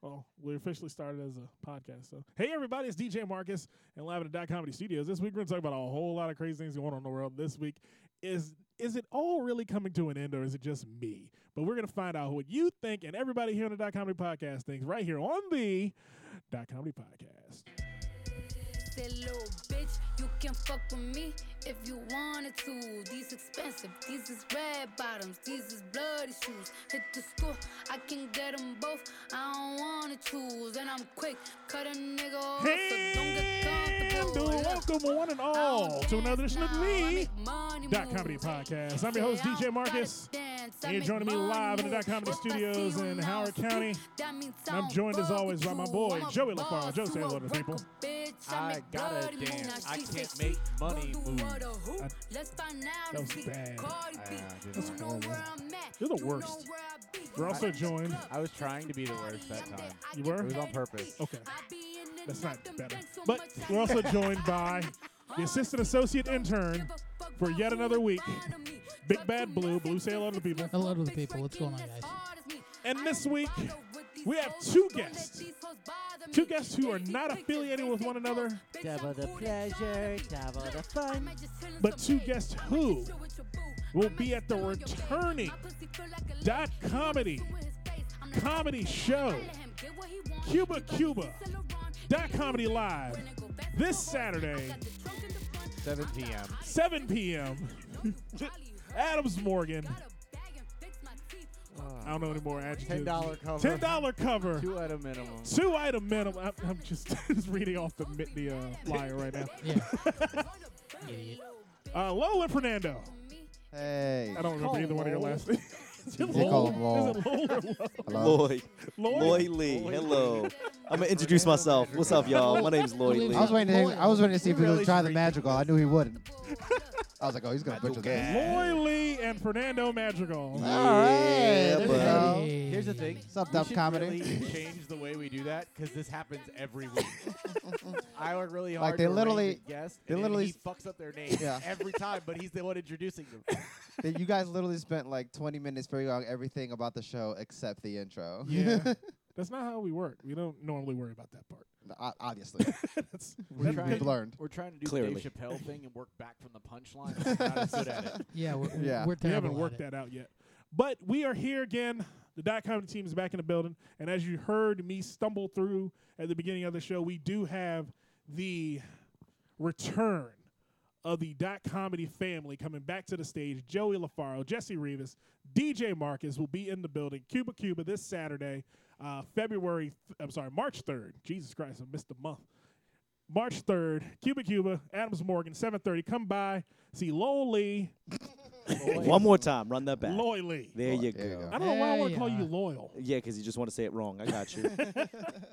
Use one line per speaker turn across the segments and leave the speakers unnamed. Well, we officially started as a podcast. So, hey, everybody, it's DJ Marcus and live at the Dot Comedy Studios. This week, we're going to talk about a whole lot of crazy things going on in the world. This week, is is it all really coming to an end or is it just me? But we're going to find out what you think and everybody here on the Dot Comedy Podcast thinks right here on the Dot Comedy Podcast.
That little bitch, you can fuck with me if you wanted to. These expensive, these is red bottoms, these is bloody shoes. Hit the store, I can get them both. I don't wanna choose, and I'm quick, cut a nigga off, so don't get
And
comfortable. Look,
welcome one and all
I
to
don't
another
dance
edition of
now, I
the
make money
Dot
moves.
Comedy Podcast. I'm
Say
your host,
I don't
DJ
gotta
Marcus.
dance, I
And you're
make
joining me
money
live in the
moves.
Dot Comedy
If I see
Studios
you
in
now,
Howard
see,
County,
that means I
I'm
don't
joined as
fuck
always
with
by my
you.
boy,
I'm a
Joey
boss,
LaFarge. Joe, say
you
hello
a
to the people.
record bitch,
I
make
gotta
bloody moves.
dance.
Now
I
she
can't
say
make
she gon'
money
do what
moves.
or who.
I-
Let's find out
That
and
was
see.
bad.
Cardi
I- uh,
B,
I did
you
not
know
like
where
that.
I'm at,
You're the
you know
worst.
where I be.
We're also
I-
joined-
I was trying to be the worst that
I'm
time.
I
You
get
were? It
was on
paid
purpose.
to eat.
Okay.
I be in and
That's
out
not
them
better.
bands so
But
much I
we're also
get
joined by
money.
the assistant associate intern for yet another week, Big Bad Blue. Blue, say hello to the people.
Hello to the people. What's going on, guys?
And this week,
we
we
have
have
two
two
guests.
guests. Two guests who are not affiliated with one another.
Double the pleasure, double the fun.
But two guests who will be at the returning Dot Comedy Comedy Show. Cuba Cuba. Dot Comedy Live. This Saturday.
7 p.m.
7 p.m. Adams Morgan. I don't know any more adjectives.
$10 cover.
Ten dollar cover.
Two at a minimum.
Two item minimum. I'm, I'm just, just reading off the mi- the uh, flyer right now.
Yeah. Idiot.
Uh, Lola Fernando.
Hey.
I don't remember either one of your last names. Is it
They call him
Lola? Is it Lola?
Hello.
Lloyd.
Lloyd?
Lloyd Lee. Hello. I'm gonna introduce myself. What's up, y'all? My name's Lloyd Lee.
I was waiting. To hear, I was waiting to see if he
Really
would try the
freaky.
magical. I knew he wouldn't. I was like, oh, he's gonna butcher this.
Loy Lee and Fernando Madrigal.
All right.
Yeah,
There you
bud.
Um,
go.
Here's the thing.
What's up,
We
Dub
should
Comedy?
really change the way we do that because this happens every week. I work really hard.
Like, they
to arrange
literally-
a guest,
they
and then
literally
he fucks up their name
Yeah.
every time, but he's the one introducing them.
Then you guys literally spent like 20 minutes figuring out everything about the show except the intro.
Yeah. That's not how we work. We don't normally worry about that part.
O- Obviously,
That's
We're
we've
trying,
learned.
we're trying to do the
Clearly.
Dave Chappelle thing and work back from the punchline. I'm not as good at it.
Yeah, we're,
Yeah.
we're
we
terrible.
haven't
at
worked
it.
that out yet. But we are here again. The dot comedy team is back in the building. And as you heard me stumble through at the beginning of the show, we do have the return of the dot comedy family coming back to the stage. Joey LaFaro, Jesse Rivas, DJ Marcus will be in the building, Cuba Cuba, this Saturday, uh, February, th- I'm sorry, March 3rd. Jesus Christ, I missed the month. March 3rd, Cuba Cuba, Adams Morgan, 7.30. Come by, see Lowell Lee,
One more time. Run that back.
Loy Lee.
There you
There you
go.
I don't know why I
There
want to
you
call
uh,
you
are.
loyal.
Yeah, because you just want to say it wrong. I got you.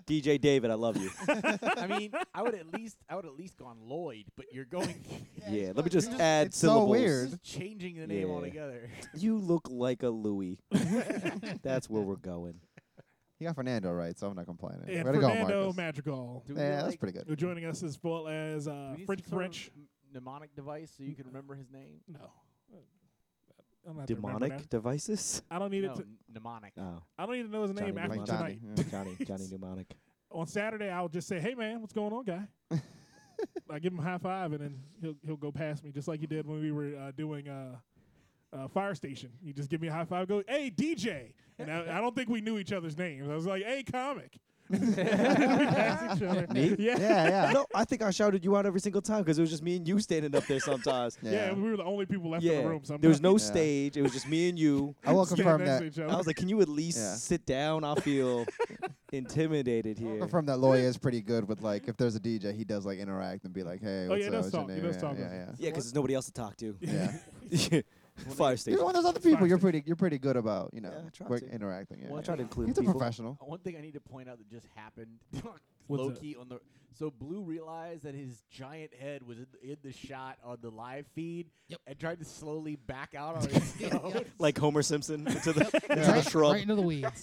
DJ David, I love you.
I mean, I would at least, I would at least gone Lloyd, but you're going,
Yeah. Let me just add
it's so
syllables.
you're
weird.
just changing the name
Yeah.
altogether.
You look like a Louis. That's where we're going.
He got Fernando right, so I'm not complaining.
And
Way to go,
Fernando
Marcus.
Madrigal,
Do we,
Yeah, that's
like,
pretty
who
good.
joining us as well as uh,
we
French
need some sort of
French.
m- mnemonic device so you can remember his name?
No. I'm not
Demonic devices.
I don't need
No,
it. To,
n- mnemonic.
Oh,
I don't need to know his name
Johnny
after
Like
Mnemonic.
tonight.
Johnny. yeah.
Johnny, Johnny Mnemonic.
On Saturday, I'll just say, "Hey, man, what's going on, guy?" I give him a high five, and then he'll he'll go past me, just like he did when we were uh, doing uh, uh, fire station. You just give me a high five, go, "Hey, DJ," and I, I don't think we knew each other's names. I was like, "Hey, comic." we pass each other.
Me?
Yeah.
Yeah, yeah.
No, I think I shouted you out every single time because it was just me and you standing up there sometimes.
Yeah,
Yeah.
we were the only people left in
yeah.
the room. Sometimes.
there was no
Yeah.
stage. It was just me and you.
I will
Standing
confirm
next
that.
to each other.
I was like, can you at least
Yeah.
sit down? I feel intimidated here.
Confirm that Loy is pretty good with like if there's a DJ, he does like interact and be like, hey,
Oh,
what's
yeah, he
up? What's
does
your
talk. He
name?
does
Yeah,
talk.
yeah, yeah.
yeah, because there's nobody else to talk to.
Yeah.
Fire
You're
station.
one of those other people. You're
Spicy.
pretty. You're pretty good about you know
Yeah, I try
work-
to.
interacting. Yeah,
Well, I
yeah.
try to include
He's a
people.
professional.
Uh, One thing I need to point out that just happened,
What's
low
that?
key on the. So Blue realized that his giant head was in the, in the shot on the live feed
Yep.
and tried to slowly back out on his own.
Like Homer Simpson into the, into the
Right-
shrub.
Right into the weeds.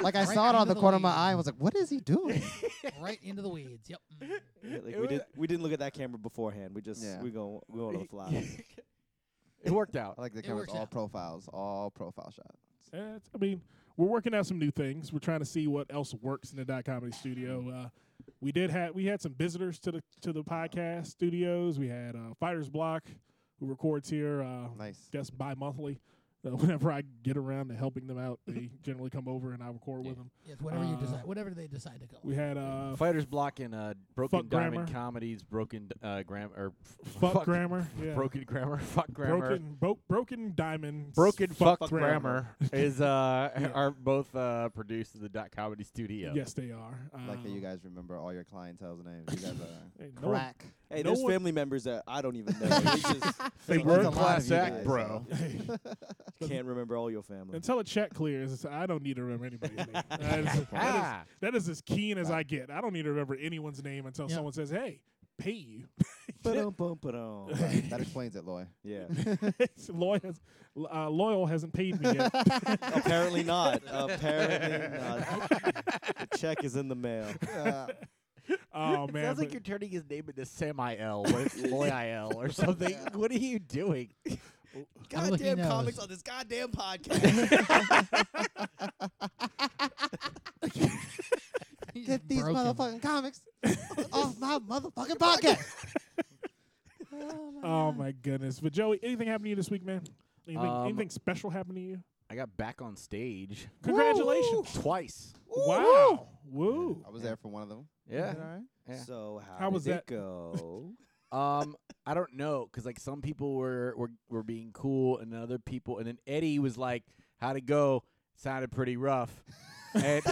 Like I
Right
saw it on
into
the
the
corner of my
lane.
eye. and was like, what is he doing?
right into the weeds. Yep. Mm.
Yeah, like
It
we,
was-
did, we didn't look at that camera beforehand. We just,
Yeah.
we go, we go on the fly.
it worked out.
I like the
It
cameras
works
all
out.
profiles, all profile shots.
Eh, it's- I mean, we're working out some new things. We're trying to see what else works in the dot comedy studio. Uh, we did have we had some visitors to the to the podcast studios. We had uh, Fighters Block, who records here. Uh,
Nice.
guess bi-monthly. Uh, whenever I get around to helping them out, they generally come over and I record with them.
Yes, whatever you
Uh,
decide, whatever they decide to go.
We had uh,
Fighters Block and uh, Broken
Fuck
Diamond
Grammar.
Comedies, Broken uh, Grammar, or f-
Fuck Grammar, yeah.
Broken Grammar, Fuck Grammar.
broken bro- broken diamonds,
Broken
fuck,
Fuck
grammar.
Grammar is uh
Yeah.
are both uh produced in the Dot Comedy Studio.
Yes, they are. Um,
Like that you guys remember all your clientele's names. You guys are
hey, no one-
crack.
Hey,
No
there's
one-
family members that I don't even know. It's just
They
There's
were
a lot of
class
you
act,
guys,
bro.
so.
can't remember all your family.
Until a check clears, it's- I don't need to remember anybody's name. That is, that,
Ah.
is, that is as keen as I get. I don't need to remember anyone's name until
Yeah.
someone says, "Hey, pay you."
Ba-dum, bum, ba-dum.
Right, that explains it, Loy.
Yeah.
Loyal, has, uh, Loyal hasn't paid me yet.
Apparently not. Apparently not. The check is in the mail.
oh man,
Sounds like
but-
you're turning his name into Sam I L or Loy I L or something. What are you doing?
look, he
Goddamn
knows.
comics on this goddamn podcast.
He's
Get these
broken.
motherfucking comics off my motherfucking podcast.
Oh my goodness! But Joey, anything happen to you this week, man? Anything,
Um,
anything special happen to you?
I got back on stage
Congratulations!
twice.
Wow! Woo!
I was there for one of them.
Yeah.
All right.
Yeah.
So how,
How
did
was
it
that?
go?
Um, I don't know, cause like some people were were were being cool, and other people, and then Eddie was like, "How'd it go?" Sounded pretty rough. and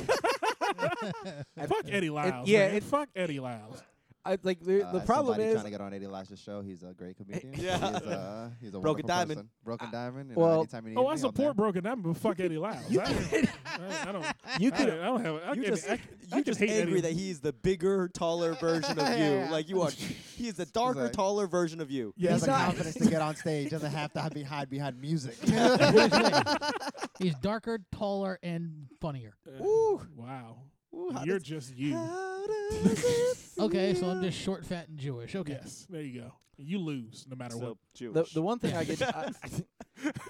and-
Fuck Eddie Lyles.
yeah,
man.
it-
fuck Eddie Lyles.
I, like the,
Uh,
the problem
somebody
is,
trying to get on Eddie Lash's show. He's a great comedian.
Yeah.
he's, uh, he's a
Broken
wonderful
Diamond.
person. Broken diamond. And
well-
anytime you need
Oh, I
me, I'm
support
there.
Broken Diamond, but fuck Eddie Lyles. I, don't- I, I don't.
You
I,
could
don't- I don't have. I
you
can,
just,
I, I
you
can
just
hate
angry that
Eddie.
he's the bigger, taller version of you. Like you are, he is the darker,
like-
taller version of you.
Yeah,
has
it's
the
like-
confidence to get on stage. Doesn't have to be hide behind music.
He's darker, taller, and funnier.
wow.
Ooh, how
You're
does-
just you.
how does it
Okay, so I'm
feel?
just short, fat, and Jewish. Okay.
Yes, there you go. You lose no matter what.
So
the,
Jewish.
the one thing I get, I,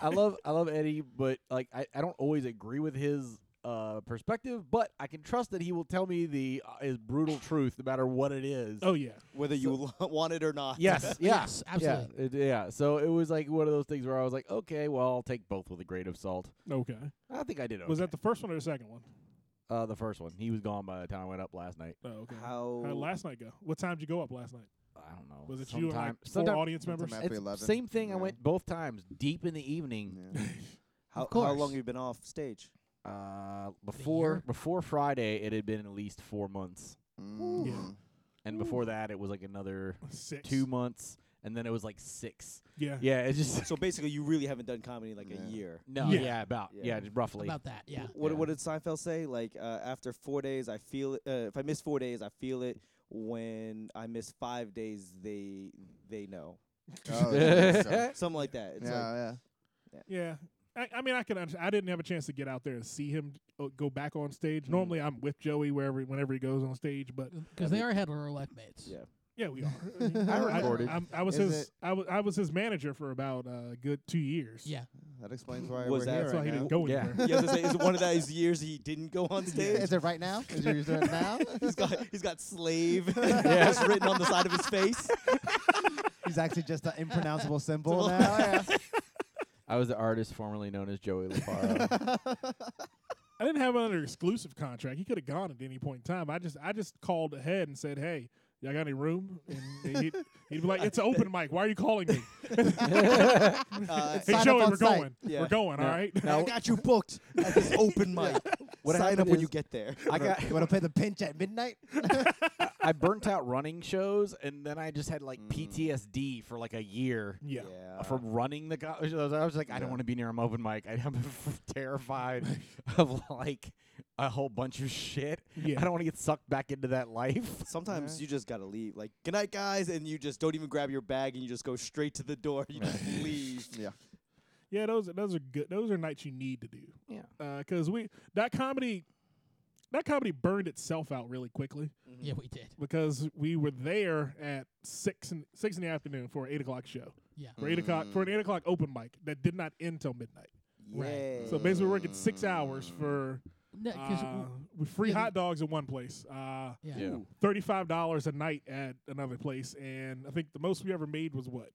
I love I love Eddie, but like I, I don't always agree with his uh perspective, but I can trust that he will tell me the uh, his brutal truth, no matter what it is.
Oh yeah.
whether you want it or not.
Yes. Yeah.
Yes, absolutely.
Yeah, it- yeah. So it was like one of those things where I was like, okay, well, I'll take both with a grain of salt.
Okay.
I think I did okay.
Was that the first one or the second one?
uh, the first one? He was gone by the time I went up last night.
Oh, okay.
How?
How'd last night go? What time did you go up last night?
I don't know.
Was it
sometime,
you and like four
sometime-
audience members?
Sometime- After
it's
11,
same thing. I
yeah.
went both times, deep in the evening.
Yeah.
How, how
course.
long have you been off stage?
Uh, before
year?
before Friday, it had been at least four months,
Mm.
and before that, it was like another
Six.
two months, and then it was like six.
Yeah.
Yeah, it's just
So basically, you really haven't done comedy in like
Yeah.
a year.
no.
Yeah.
Yeah, about
Yeah.
yeah, just roughly.
About that, yeah.
What
Yeah.
What did Seinfeld say? Like uh, after four days, I feel it. Uh, if I miss four days, I feel it. When I miss five days, they they know
Oh, yeah, so- yeah,
something like that. It's like,
yeah.
Yeah. I, I mean, I can. under- I didn't have a chance to get out there and see him uh, go back on stage. Normally, I'm with Joey wherever, whenever he goes on stage. But
Because they are heterolect mates.
Yeah.
yeah, we are. I, mean,
I
recorded.
I, I'm- I was
Is
his.
it-
I was. I was his manager for about uh, a good two years.
Yeah.
That explains why
Was
we're
that-
here
that's
right
why he
now.
didn't go
Yeah.
anywhere.
yeah, I was gonna say, is it one of those years he didn't go on stage?
Is it right now? Is it doing it now?
He's got he's got slave just written on the side of his face.
He's actually just an impronounceable symbol now. Yeah.
I was the artist formerly known as Joey LaFaro.
I didn't have another exclusive contract. He could have gone at any point in time. I just. I just called ahead and said, "Hey, y'all got any room?" And they- he'd, he'd be like, "It's an open mic. Why are you calling me?"
Uh,
Hey,
Sign up
Joey,
on
we're
site.
going.
Yeah.
We're going. All
Yeah.
right.
I got you booked at this open mic.
What
Sign up
happened
when
is-
you get there.
I got
You want to play the pinch at midnight?
I burnt out running shows, and then I just had like PTSD for like a year
yeah.
from running the. Co- shows. I was like, I
Yeah.
don't want to be near an open mic. I- I'm terrified of like a whole bunch of shit.
Yeah.
I don't want to get sucked back into that life.
Sometimes you just gotta leave. Like, good night, guys, and you just don't even grab your bag and you just go straight to the door. You just leave.
Yeah.
Yeah, those those are good. Those are nights you need to do.
Yeah.
because we that comedy that comedy burned itself out really quickly
Yeah, we did.
because we were there at six and six in the afternoon for an eight o'clock show
Yeah.
Mm.
for eight o'clock for an eight o'clock open mic that did not end till midnight.
Right.
Yeah.
So basically, we're working six hours for
Because
uh, with free
yeah, the-
hot dogs at one place. Uh,
yeah.
Yeah.
Thirty-five dollars a night at another place, and I think the most we ever made was what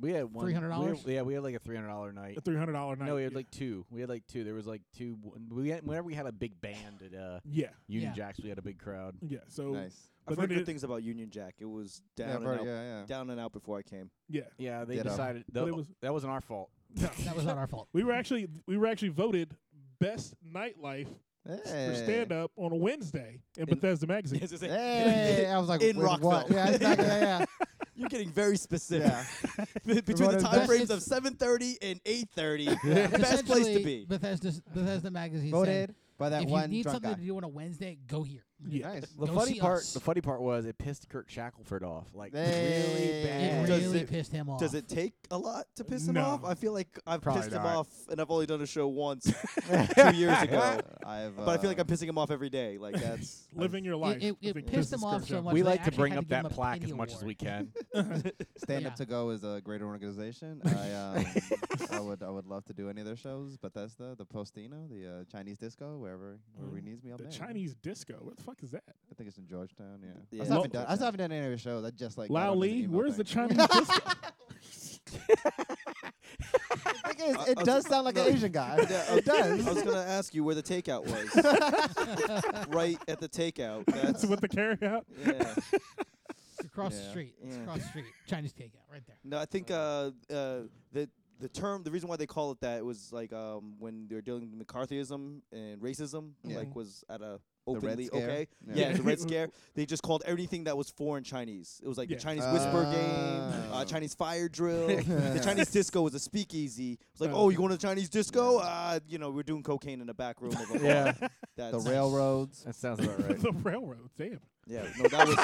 We had one.
$300?
we had- Yeah, we had like a three hundred dollar night.
a three hundred dollar night.
No, we had
yeah.
like two. We had like two. There was like two. We had, whenever we had a big band at uh,
yeah,
Union
Yeah.
Jacks, we had a big crowd.
yeah. So
Nice.
but
I've heard
then
good
it-
things about Union Jack. It was down
Yeah,
and
bro,
out,
yeah, yeah.
down and out before I came.
yeah,
Yeah, they
Ditto.
decided
But it
tho-
was-
that wasn't our fault.
no.
That was not our fault.
we were actually we were actually voted best nightlife
Hey.
for stand up on a Wednesday in, Bethesda magazine.
Hey, I was like,
In
"Wait, what?
Rockville.
Yeah, exactly. Yeah,
You're getting very specific.
yeah.
Between the
Right,
time
that
frames of
is-
7:30 and 8:30,
Yeah.
best place to
Essentially,
be.
Bethesda, Bethesda magazine.
yeah.
said,
Voted by that
if you
one
need
drunk
something
guy.
to do on a Wednesday, go here.
Yeah.
Nice.
The
Go
funny
see
part,
us.
the funny part was it pissed Kurt Shackelford off like really
Hey.
bad.
It
Does
really
it-
pissed him off.
Does it take a lot to piss him
No.
off? I feel like I've
Probably
pissed him
not.
off, and I've only done a show once two years ago.
I've,
But I feel like
uh,
I'm pissing him off every day. Like that's
Living your life.
It, it,
I
it
think
pissed
this
him off so
description.
much.
we
they
like to
actually
bring
had
up
give him
that
a
plaque as
penny
much as
award.
we can.
Stand Up
Yeah.
to Go is a great organization. I, um, I would I would love to do any of their shows. Bethesda, the Postino, the uh, Chinese Disco, wherever wherever he
Mm.
needs me, I'm
The
there.
Chinese disco. What the fuck is that?
I think it's in Georgetown. Yeah, I,
Yeah. Lo-
still haven't done, I still haven't done any of their shows. I just like got
Lao
onto the
Lee,
email
where's the
thing.
Chinese disco?
The thing is,
I-
it
I was-
does sound like
no.
an Asian guy.
Yeah, I-
it does.
I was gonna ask you where the takeout was. right at the takeout. That's
That's what the carryout.
yeah.
It's across the
Yeah.
street. It's
Yeah.
across the street. Chinese takeout, right there.
No, I think uh, uh, the the term, the reason why they call it that, it was like um, when they were dealing with McCarthyism and racism,
Yeah.
like was at a
Red
openly
Scare?
okay.
Yeah.
Yeah.
Yeah.
the Red Scare. They just called everything that was foreign Chinese. It was like
Yeah.
the Chinese whisper game,
Oh.
uh, Chinese fire drill. the Chinese disco was a speakeasy. It was like,
Oh,
oh, you going to the Chinese disco? Uh, you know, we're doing cocaine in the back room of a bar.
Yeah.
the
That's,
railroads.
That sounds about right.
the railroad. Damn,
Yeah, no, that was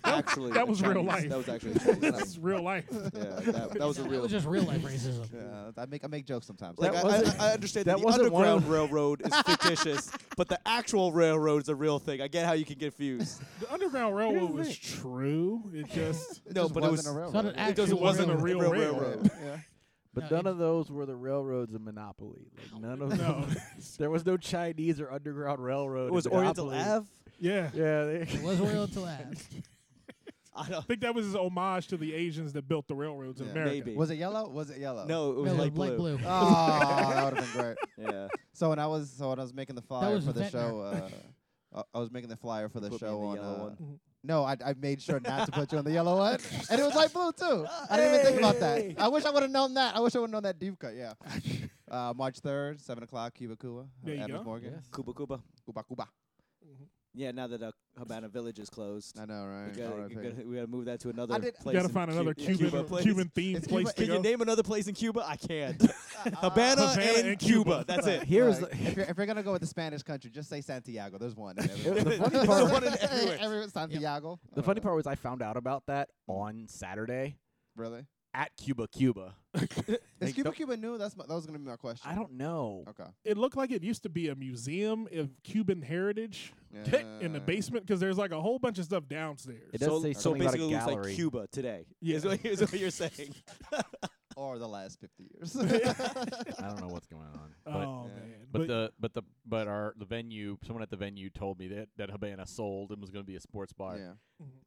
actually
that
a
was real
Chinese-
life.
That was actually a Chinese
this is
thing.
real life.
Yeah, that, that was a
That
real.
was just real life racism.
Yeah, I make I make jokes sometimes.
Like
That
I,
wasn't-
I, I understand
that
that the
wasn't one
underground
of-
railroad is fictitious, but the actual railroad is a real thing. I get how you can get confused.
The Underground Railroad was true. It just
It
no,
just
but
wasn't
it was-
a
It's
railroad.
not an
It doesn't
actual
wasn't a
railroad.
real
real
railroad.
railroad.
Yeah.
But
No,
none
it-
of those were the railroads a monopoly. Like none of
No,
them. There was no Chinese or underground railroad.
It was
in
Oriental
monopoly.
Ave.
yeah.
Yeah, they,
It was real until that.
I don't
I think that was his homage to the Asians that built the railroads in
Yeah.
America.
maybe.
Was it yellow? Was it yellow?
no, it was
Yellow,
light blue.
blue.
Oh, that would have been great.
Yeah,
So when I was so when I was making the flyer
was
for the
Ventnor.
show, uh, I- I was making the flyer for the
put me
show
in
on.
the yellow
uh,
one.
No, I, I made sure not to put you on the yellow one, and it was light blue too. I didn't even think about
Hey!
that. I wish I would have known that. I wish I would have known that deep cut. Yeah. Uh, March third, seven o'clock, Cuba Cuba.
There you
Adams
go.
Morgan.
Yes.
Cuba Cuba.
Cuba Cuba.
Yeah, now that uh, Habana Village is closed,
I know, right?
we gotta,
R.I.P.
we, gotta, we gotta move that to another
did-
place.
gotta
in
find
Cu-
another
yeah,
Cuban
place.
Cuban themed
It's
place
Cuba-
to
Can
go.
you name another place in Cuba? I can't. Habana,
Havana
and,
and Cuba.
Cuba. That's it.
here's
Like, if, you're, if you're gonna go with the Spanish country, just say Santiago. There's one. In every-
the funny
There's
part.
one in Uh,
everywhere.
every- every- Santiago. I
The
don't
funny
know.
part was I found out about that on Saturday
Really?
at Cuba Cuba.
Is
Like,
Cuba
the-
Cuba new? That's my, that was gonna be my question.
I don't know.
Okay.
It looked like it used to be a museum of Cuban heritage in the
Yeah.
basement because there's like a whole bunch of stuff downstairs.
It does
Uh. so,
say
so
something about a
basically, it looks
gallery.
like Cuba today.
Yeah.
Is what, is what you're saying.
Or the last fifty years.
I don't know what's going on. But,
oh
yeah.
man!
but the but the but our the venue someone at the venue told me that that Habana sold and was going to be a sports bar.
yeah.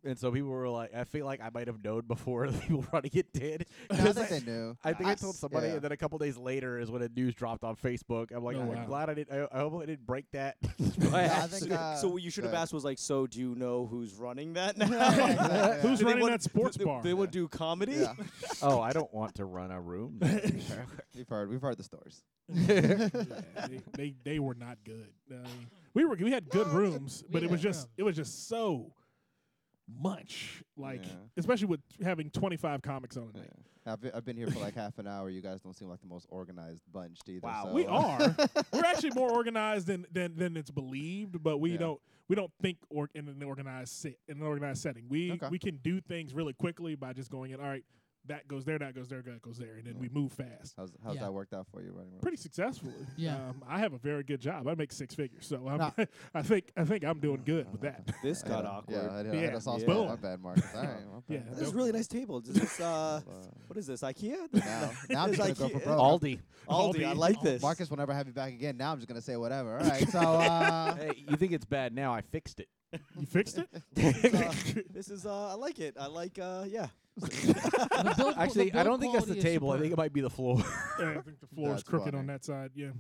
And so people were like, I feel like I might have known before the people running it did.
No, I
'Cause
think they knew.
I think I told
s-
somebody,
yeah.
and then a couple days later is when the news dropped on Facebook. I'm like,
Oh,
I'm
wow.
glad I didn't. I, I hope I didn't break that.
I
by
think,
accident.
uh,
so what you should have
Right.
asked was like, so do you know who's running that now?
Yeah, exactly,
Who's
Do they
running
want-
that sports
they,
bar?
They would do comedy.
yeah.
oh, I don't want to run a room. then.
We've heard we've heard the stories.
Yeah, they, they they were not good. I mean, we were we had good
No,
rooms,
we
but it
had
was just
rooms.
it was just so much like
Yeah.
especially with having 25 comics on a
Yeah.
night.
I've been, I've been here for like half an hour. You guys don't seem like the most organized bunch either.
Wow.
so,
We
uh,
are we're actually more organized than than than it's believed, but we
Yeah.
don't we don't think or in an organized sit in an organized setting. We
Okay.
we can do things really quickly by just going in. All right, that goes there, that goes there, that goes there, and then we move fast.
How's how's
Yeah.
that worked out for you, running? around?
Pretty successfully.
Yeah.
Um, I have a very good job. I make six figures, so I'm,
Nah.
I think I think I'm doing good with that.
This
I had
got
a-
awkward.
Yeah, I had, a- I had
Yeah.
a soft
Yeah.
spot.
Boom.
My bad, Marcus. All right, my
Yeah.
bad.
This is a really nice table. This is uh, what is this? IKEA? This is
Now,
not-
now I'm just
It's
gonna
like
go
you-
for broke.
Aldi.
Aldi. I
Aldi.
like this.
Marcus will never have you back again. Now I'm just gonna say whatever. All right. So uh,
hey, you think it's bad now? I fixed it.
You fixed it?
This is uh, I like it. I like uh, yeah.
The build- the
Actually, I
build
don't think that's the
quality is
table. I think it
superb.
might be the floor.
Yeah, I think the floor is
That's
crooked on
funny.
that side. Yeah,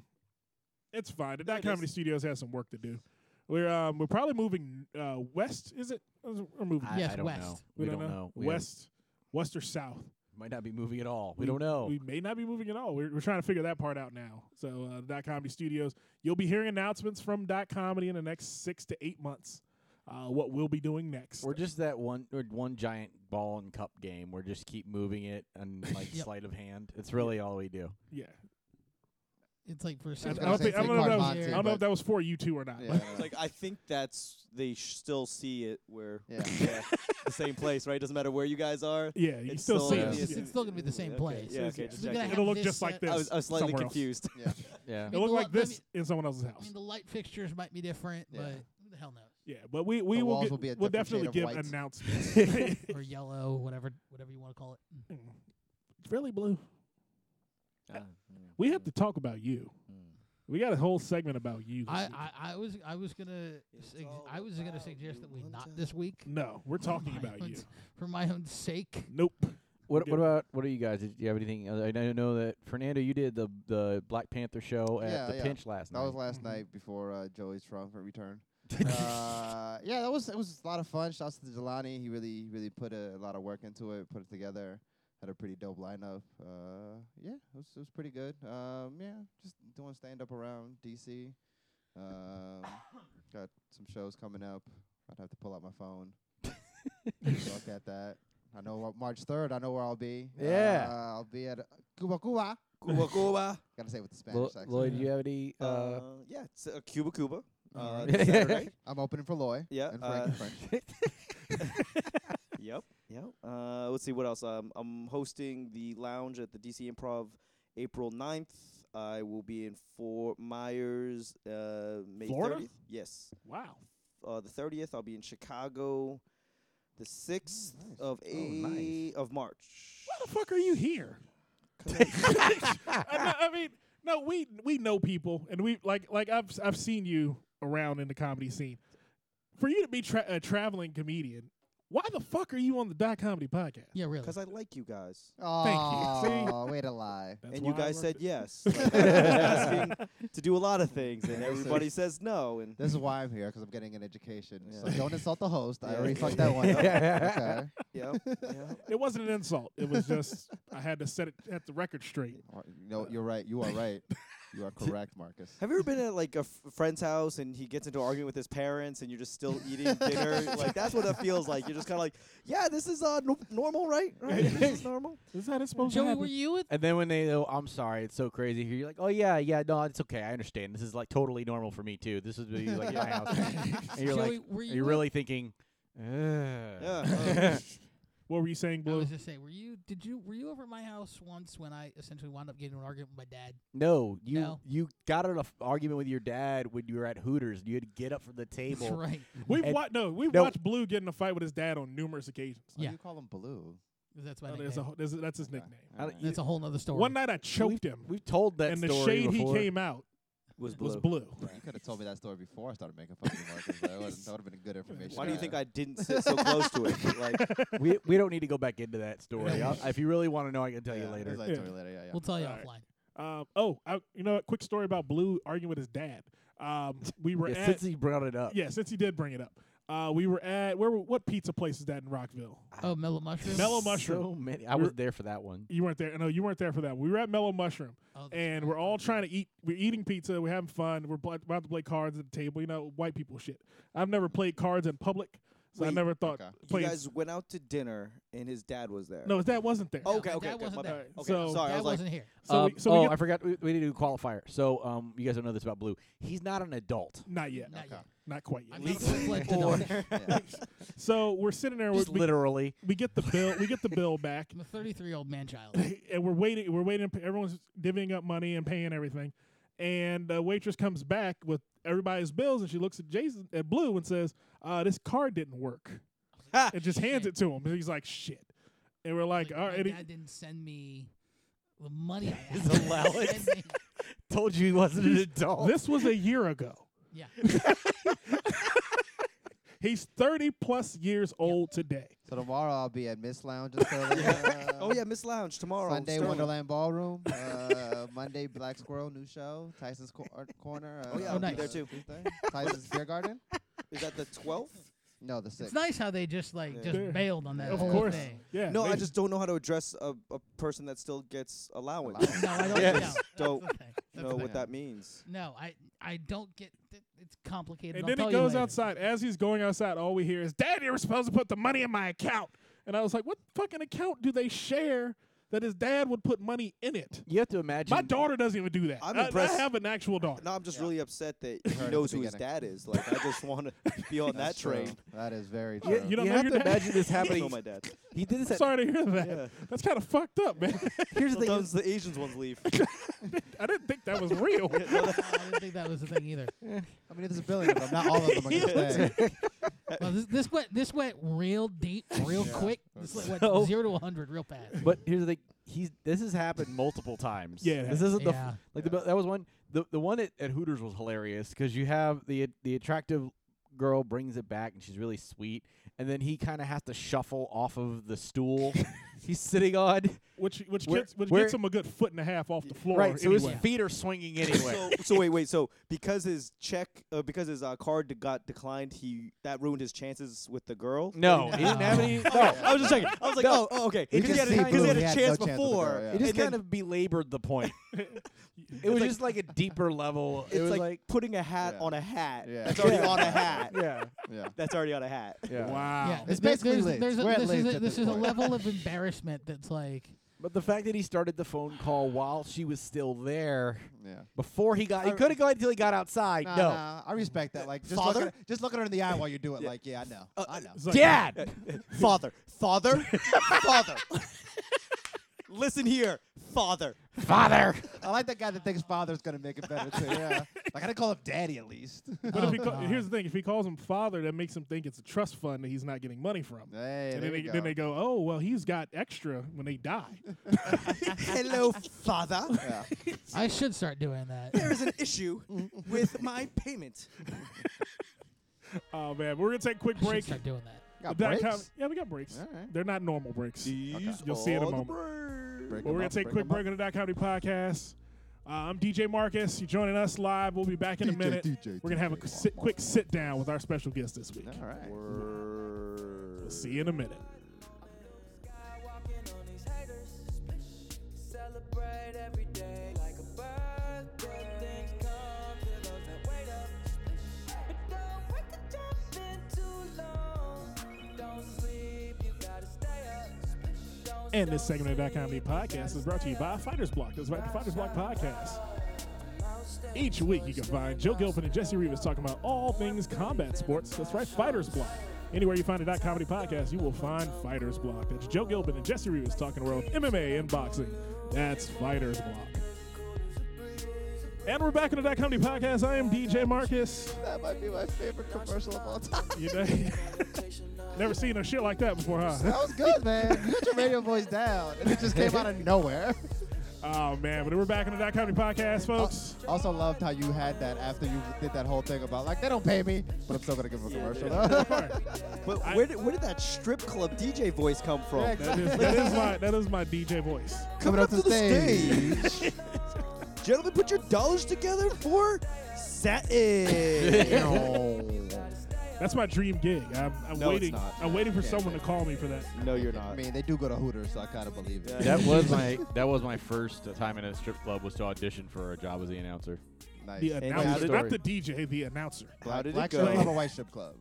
it's fine. The Dot
it is.
Comedy Studios has some work to do. We're um we're probably moving uh west. Is it? We're moving.
I,
Yes,
I don't
west.
know. We, don't, know. We haven't-
West, west or south.
might not be moving at all. We, don't know.
We may not be moving at all. We're, we're trying to figure that part out now. So uh, Dot Comedy Studios, you'll be hearing announcements from Dot Comedy in the next six to eight months. Uh, what we'll be doing next?
We're just that one or one giant ball and cup game. We're just keep moving it and like
Yep.
sleight of hand. It's really all we do.
yeah.
It's like for
I, I
six.
was
don't,
say
think, I
it's
don't
like
know. If that was,
Carpazzi,
I don't know if
but-
that was for you two or not.
yeah,
It's like I think that's they sh- still see it where
Yeah.
the same place, right? Doesn't matter where you guys are.
yeah you
It's
still
still-
see
yeah.
us.
It's,
Yeah.
it's still gonna be the same
Okay,
place.
yeah,
It's-
okay,
it's
just
gonna
checking.
have
It'll look
this uh,
just like
set-
this.
I was, I was slightly
somewhere else.
confused.
yeah.
Yeah.
I
It
mean,
looked
the
like
li- I
this in someone else's
I
house.
mean, the light fixtures might be different,
Yeah.
but who the hell knows?
Yeah, but we we
The
will
walls
get,
will be a
we'll
different shade
definitely
of
give
white.
announcements.
Or yellow, whatever, whatever you want to call it.
really blue. We have to talk about you.
Mm.
We got a whole segment about you. this
I,
week.
I, I was, I was gonna,
It's
sug-
all
I was gonna
about
suggest
you,
that we
one
not
time.
this week.
no, we're
for
talking
my
Oh
about
own
you.
s- for my own sake.
Nope.
What
do.
What about what are you guys? Did you have anything? other- I know- I know that Fernando, you did the the Black Panther show at
Yeah,
the
yeah.
Pinch last
That
night.
was last
Mhm.
night before uh, Joey's Trump return. uh, yeah, that was it was a lot of fun. Shouts to Jelani. He really really put a, lot of work into it. Put it together. Had a pretty dope lineup. Uh, yeah, it was, it was pretty good. Um, yeah, just doing stand up around DC. Um, got some shows coming up. I'd have to pull out my phone. Look at that. I know what March third. I know where I'll be.
Yeah.
uh, I'll be at uh, Cuba Cuba.
Cuba, Cuba.
Gotta say it with the Spanish
Lo-
accent.
Lloyd, do you have any?
Uh,
Uh,
yeah, it's uh, Cuba, Cuba. Uh,
Yeah.
Saturday.
I'm opening for Loy.
Yeah,
and Frank and
uh,
French.
yep, yep. Uh, let's see what else. Um, I'm hosting the lounge at the DC Improv April 9th. I will be in Fort Myers uh, May
Florida?
30th. Yes.
Wow.
uh, the thirtieth. I'll be in Chicago, the sixth
nice.
of
Oh, nice.
a of March.
Why the fuck are you here?
'Cause I-
I, no, I mean, no, we we know people, and we like like I've I've seen you around in the comedy scene. For you to be tra- a traveling comedian, why the fuck are you on the Dot Comedy podcast?
Yeah, really.
Because I like you guys,
Thank you. See?
Oh, way to lie.
That's
and you
why I
guys
work
said
it.
yes. Like, I'm asking to do a lot of things, and
Yeah,
everybody says no. And
This is why I'm here, because I'm getting an education. So
Yeah.
don't insult the host. I
Yeah.
already fucked that one up. Okay.
yeah, yeah.
It wasn't an insult. It was just I had to set it at the record straight.
Or- No, you're right. You are right. You are correct, Marcus.
Have you ever been at like a f- friend's house and he gets into an argument with his parents, and you're just still eating dinner? like that's what it feels like. You're just kind of like, yeah, this is uh, no- normal, right? Right? This is normal.
Is that it's supposed to
Joey,
happen?
were you with?
and then when they, oh, I'm sorry, it's so crazy here. You're like, oh yeah, yeah, no, it's okay. I understand. This is like totally normal for me too. This is really, like my house. And you're
Joey,
like,
were
are
you?
you
with-
really thinking? "Ugh."
Yeah,
what were you saying,
I
Blue?
was just saying, were you? Did you? Were you over at my house once when I essentially wound up getting in an argument with my dad?
No, you
No.
you got in an argument with your dad when you were at Hooters. You had to get up from the table.
That's right.
We've
And-
watched no, we've
No.
watched Blue get in a fight with his dad on numerous occasions.
Why do
Yeah.
you call him Blue?
'Cause That's my
Oh, there's a,
nickname.
whole- there's a- that's his
Okay.
nickname.
I don't-
Alright.
That's a whole other story.
One night I choked him,
We've told that
and the
story
shade
before.
he came out
was
was
blue.
blue.
You could have told me that story before I started making fun of you, Marcus. That would have been good information.
Why do you think
Yeah.
I didn't sit so close to it? Like,
we we don't need to go back into that story. I'll, if you really want to know, I can tell
Yeah,
you
I'll
later.
tell you
Yeah.
later. Yeah, yeah.
We'll tell you
All right.
offline.
Um, oh, I, you know, what? quick story about Blue arguing with his dad. Um, we were
Yeah,
at
since he brought it up,
yeah, since he did bring it up, uh, we were at where? were- What pizza place is that in Rockville?
Oh, mellow mushroom.
Mellow
So
Mushroom.
many. I
We're-
was there for that one.
You weren't there. No, you weren't there for that. We were at Mellow Mushroom,
Oh, that's
and
right.
we're all trying to eat. We're eating pizza. We're having fun. We're bl- about to play cards at the table. You know, white people shit. I've never played cards in public, so I
Wait,
never thought.
okay.
you
playing-
guys went out to dinner and his dad was there.
no, his dad wasn't there.
Oh, okay,
my
okay,
dad
okay.
wasn't
my
there.
bad. Okay,
So-
sorry. I
Dad
was like,
wasn't here.
So,
Um,
we, so
oh,
we get,
I forgot. We, we need to do a qualifier. So um, you guys don't know this about Blue. He's not an adult.
not yet.
Not yet.
Not quite yet.
I'm not gonna let you know.
Or-
Yeah.
So we're sitting there. We,
Just
we,
literally.
we get the bill. We get the bill back,
I'm a 33 year old man child.
and we're waiting. We're waiting. Everyone's divvying up money and paying everything. And the waitress comes back with everybody's bills, and she looks at Jason at Blue and says, uh, "This card didn't work." and just hands it to him. And he's like, "Shit." And we're like,
Like,
"All
my
right." and he-
dad didn't send me the money. I
His
asked him to
allowance.
send me.
Told you he wasn't an adult.
This was a year ago.
Yeah.
He's 30 plus years old today.
So tomorrow I'll be at Miss Lounge. in Sterling, uh,
Oh yeah, Miss Lounge tomorrow.
Sunday
Sterling.
Wonderland Ballroom. Uh, Monday Black Squirrel new show. Tyson's Cor- uh, Corner. Uh,
Oh, yeah,
I'll be
uh,
there
too.
Tuesday. Tyson's Beer Garden.
Is that the 12th?
No, the sixth.
It's nice how they just like
Yeah.
just
Yeah.
bailed on that.
Of
whole
course.
Thing.
Yeah.
No,
they-
I just don't know how to address a, a person that still gets allowance.
Allowance.
No, I don't.
Yes.
Yeah, that's
Don't
the thing. That's
know
the
what
thing.
that means.
No, I I don't get. Th- it's complicated.
And
I'll
then
tell
he
you
goes
later.
outside. As he's going outside, all we hear is, Dad, you were supposed to put the money in my account. And I was like, what fucking account do they share that his dad would put money in it?
You have to imagine.
My daughter doesn't even do that.
I'm
I- I,
impressed.
have an actual daughter.
No, I'm just really upset that
Heard at
he
the
knows who his
beginning.
dad is. Like, I just want to be on that
That's true.
train.
That is very
You,
true.
you don't
uh, you
know
have
your
to
dad?
imagine this
I don't know
happening.
my dad.
He did this.
I'm
At,
sorry to hear that.
Yeah.
That's kind of fucked up, man.
here's the thing.
Sometimes the Asians ones leave.
I didn't think that was real.
I didn't think that was the thing either.
I mean, there's a billion of them. Not all of them are gonna stay.
Well, this, this went this went real deep, real
Yeah.
quick. This like,
So-
went zero to 100 real fast.
But here's the thing. He's this has happened multiple times.
Yeah, it
this
has.
isn't the
Yeah.
f- like the, that was one. The the one at, at Hooters was hilarious because you have the the attractive girl brings it back and she's really sweet, and then he kind of has to shuffle off of the stool he's sitting on.
Which which,
Where-
gets, which
where-
gets him a good foot and a half off the floor.
right, so
anyway.
his feet are swinging anyway.
so, so wait, wait. So because his check, uh, because his uh, card de- got declined, he that ruined his chances with the girl.
no, he didn't have
No.
any. No,
I was just checking. I was like,
No.
oh, oh, okay.
He
Because he,
just
had a-
see
'cause he had
blue. He
a
had no
chance
chance with the girl,
before.
yeah.
It just
and then
kind of belabored the point. it was
like-
just like a deeper level.
It's
it was
like,
like,
putting a hat
Yeah.
on a hat.
Yeah.
That's already
Yeah.
on a hat.
yeah,
Yeah.
That's already on a hat.
yeah.
Wow.
Yeah,
It's
there-
basically
there's,
lids.
there's a,
We're at
this is
lids
a,
at
this
this
is a
point.
level of embarrassment that's like
But the fact that he started the phone call while she was still there
Yeah.
before he got, he
I-
could have gone until he got outside.
Nah,
no,
nah, I respect that. Like, just
Father?
look at, just look at her in the eye while you do it. Like, yeah, I know, I know.
It's like-
Dad.
Father, father, father. Listen here, father.
Father.
I like that guy that thinks father's gonna make it better too. Yeah, I gotta call him daddy at least.
But if
Oh,
he call,
God.
here's the thing: if he calls him father, that makes him think it's a trust fund that he's not getting money from.
Hey,
and
there
then they,
you
then
go.
they go, "Oh, well, he's got extra when they die."
Hello, father.
Yeah.
I should start doing that.
There is an issue with my payment.
oh man, we're gonna take a quick
I should
break.
start doing that.
Got
That
breaks?
com- yeah, we got breaks.
All right.
They're not normal breaks.
These
You'll see in a
are the
moment.
breaks.
Break
But we're
'em
gonna
up,
take a quick
'em
break
up.
on the Dot Comedy Podcast. Uh, I'm DJ Marcus. You're joining us live. We'll be back in a
DJ,
minute.
DJ,
we're gonna have a
DJ.
sit, quick sit down with our special guest this week.
All right.
We'll see you in a minute.
Skywalking on these haters. Celebrate every day like a birthday. Things come to those that wait up. But don't wait to jump in too long. Don't sleep, you gotta stay up. Don't
And this segment of the Dot Comedy Podcast is brought to you by Fighters Block. That's right, the Fighters Block Podcast. Each week, you can find Joe Gilpin and Jesse Rivas talking about all things combat sports. That's right, Fighters Block. Anywhere you find a Dot Comedy podcast, you will find Fighters Block. That's Joe Gilpin and Jesse Rivas talking world MMA and boxing. That's Fighters Block. And we're back on the Dot Comedy Podcast. I am DJ Marcus.
That might be my favorite commercial of all time.
You know, never seen a shit like that before, huh?
That was good, man. You got your radio voice down, and it just came out of nowhere.
Oh man, but we're back on the Dot Comedy Podcast, folks.
Also loved how you had that after you did that whole thing about like they don't pay me, but I'm still gonna give them a commercial.
But
I-
where did, where did that strip club DJ voice come from?
Yeah,
That is, that is my that is my DJ voice.
Coming up to stage.
Gentlemen, put your dollars together for satin.
That's my dream gig. I'm, I'm
No, it's
waiting.
not.
I'm waiting for
Can't
someone to
make
call me for that.
no, you're
I
not.
mean, they do go to Hooters, so I kind of believe it.
Yeah.
That was my that was my first time in a strip club was to audition for a job as the announcer.
Nice.
The
And
announcer,
now-
not the DJ, the announcer.
How did
Black
it
strip club
go?
or white strip club?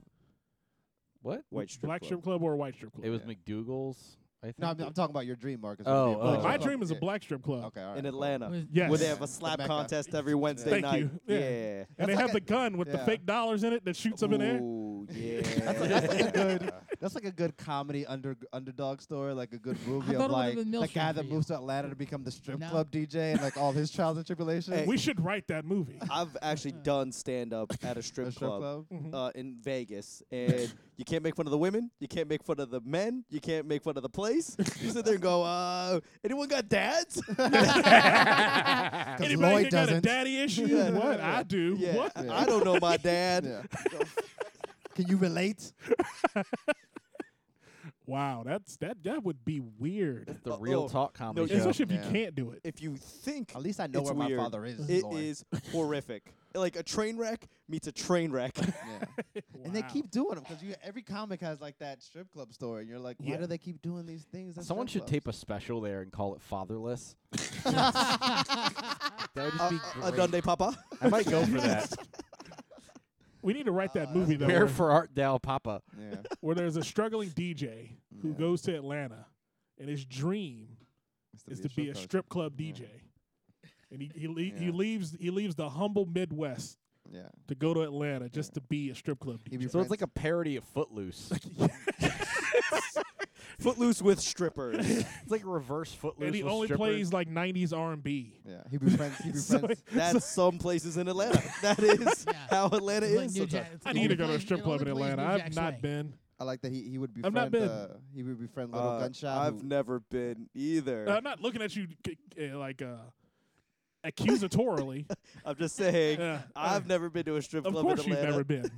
What?
White strip
Black
club.
strip club or white strip club?
It was
Yeah.
McDougal's I
No, I'm,
think
I'm talking about your dream, Marcus.
Oh,
Would it
oh.
be a black
My
strip club?
dream is a
Yeah.
black strip club.
Okay, all right.
in
cool.
Atlama.
Uh, Yes.
Where they have a
Yes.
slap
Mecca.
contest every Wednesday
Thank
night.
you. Yeah.
Yeah.
and they
That's
have the
like
gun with the
yeah.
fake dollars in it that shoots up in the air.
Ooh, yeah.
That's, like, that's like a good. That's like a good comedy under underdog story, like a good movie
thought it
of
would've
like
been
the
Millstream
guy
for
that
you.
moves to Atlanta to become the strip
No.
club DJ and like all his trials and tribulations.
Hey,
We should write that movie.
I've actually done stand up at a
The
strip club.
Mm-hmm.
Mhm.
uh, in Vegas, and you can't make fun of the women, you can't make fun of the men, you can't make fun of the place. You sit there and go, uh, anyone got dads?
Because
Ah. Anybody
Lloyd
that got a
doesn't.
daddy issue?
Yeah.
What I do?
yeah,
What?
I don't know my dad.
Yeah. Can you relate?
Wow, that's that. That would be weird,
the
Uh,
real
oh,
talk comedy
yeah.
show.
especially if
Yeah.
you can't do it.
If you think
At least I know
It's
where my
weird.
father is.
it
Lloyd.
is horrific, like a train wreck meets a train wreck.
Yeah. And they
Wow.
keep doing them because every comic has like that strip club story, and you're like, why
Yeah.
do they keep doing these things? at
Someone should
strip
tape a special there and call it Fatherless. that would just
Uh,
be
a
great.
Dundee Papa.
I might go for that.
We need to write that
Uh,
movie though,
Where
where,
for Art Dal Papa?
clubs? Yeah.
where there's a struggling DJ who
Yeah.
goes to Atlanta, and his dream is to be a
coach.
strip club DJ, and he he, le- he
Yeah.
leaves he leaves the humble Midwest
Yeah.
to go to Atlanta just to be a strip club
He'd be
DJ.
So it's like a parody of Footloose.
Footloose with strippers.
it's like reverse Footloose.
and he
with
only
strippers.
plays like '90s R&B.
Yeah. He befriends. He
So
befriends.
That's some places in Atlanta. That is
Yeah.
how Atlanta
It's like
is.
New
sometimes.
Jack- it's
I
like
need
only
to go to a
plays-
strip
it
club
only
in
plays
Atlanta.
New
I've
Jack's
not
way.
befriend.
I like that he he would
I've
befriend.
not been.
Uh, he would befriend little
Uh,
gunshot.
I've
who-
never been either.
I'm not looking at you c- c- uh, like uh, accusatorily.
I'm just saying,
Yeah.
I've never been to a strip
of
club in
course,
Atlanta.
you've never been.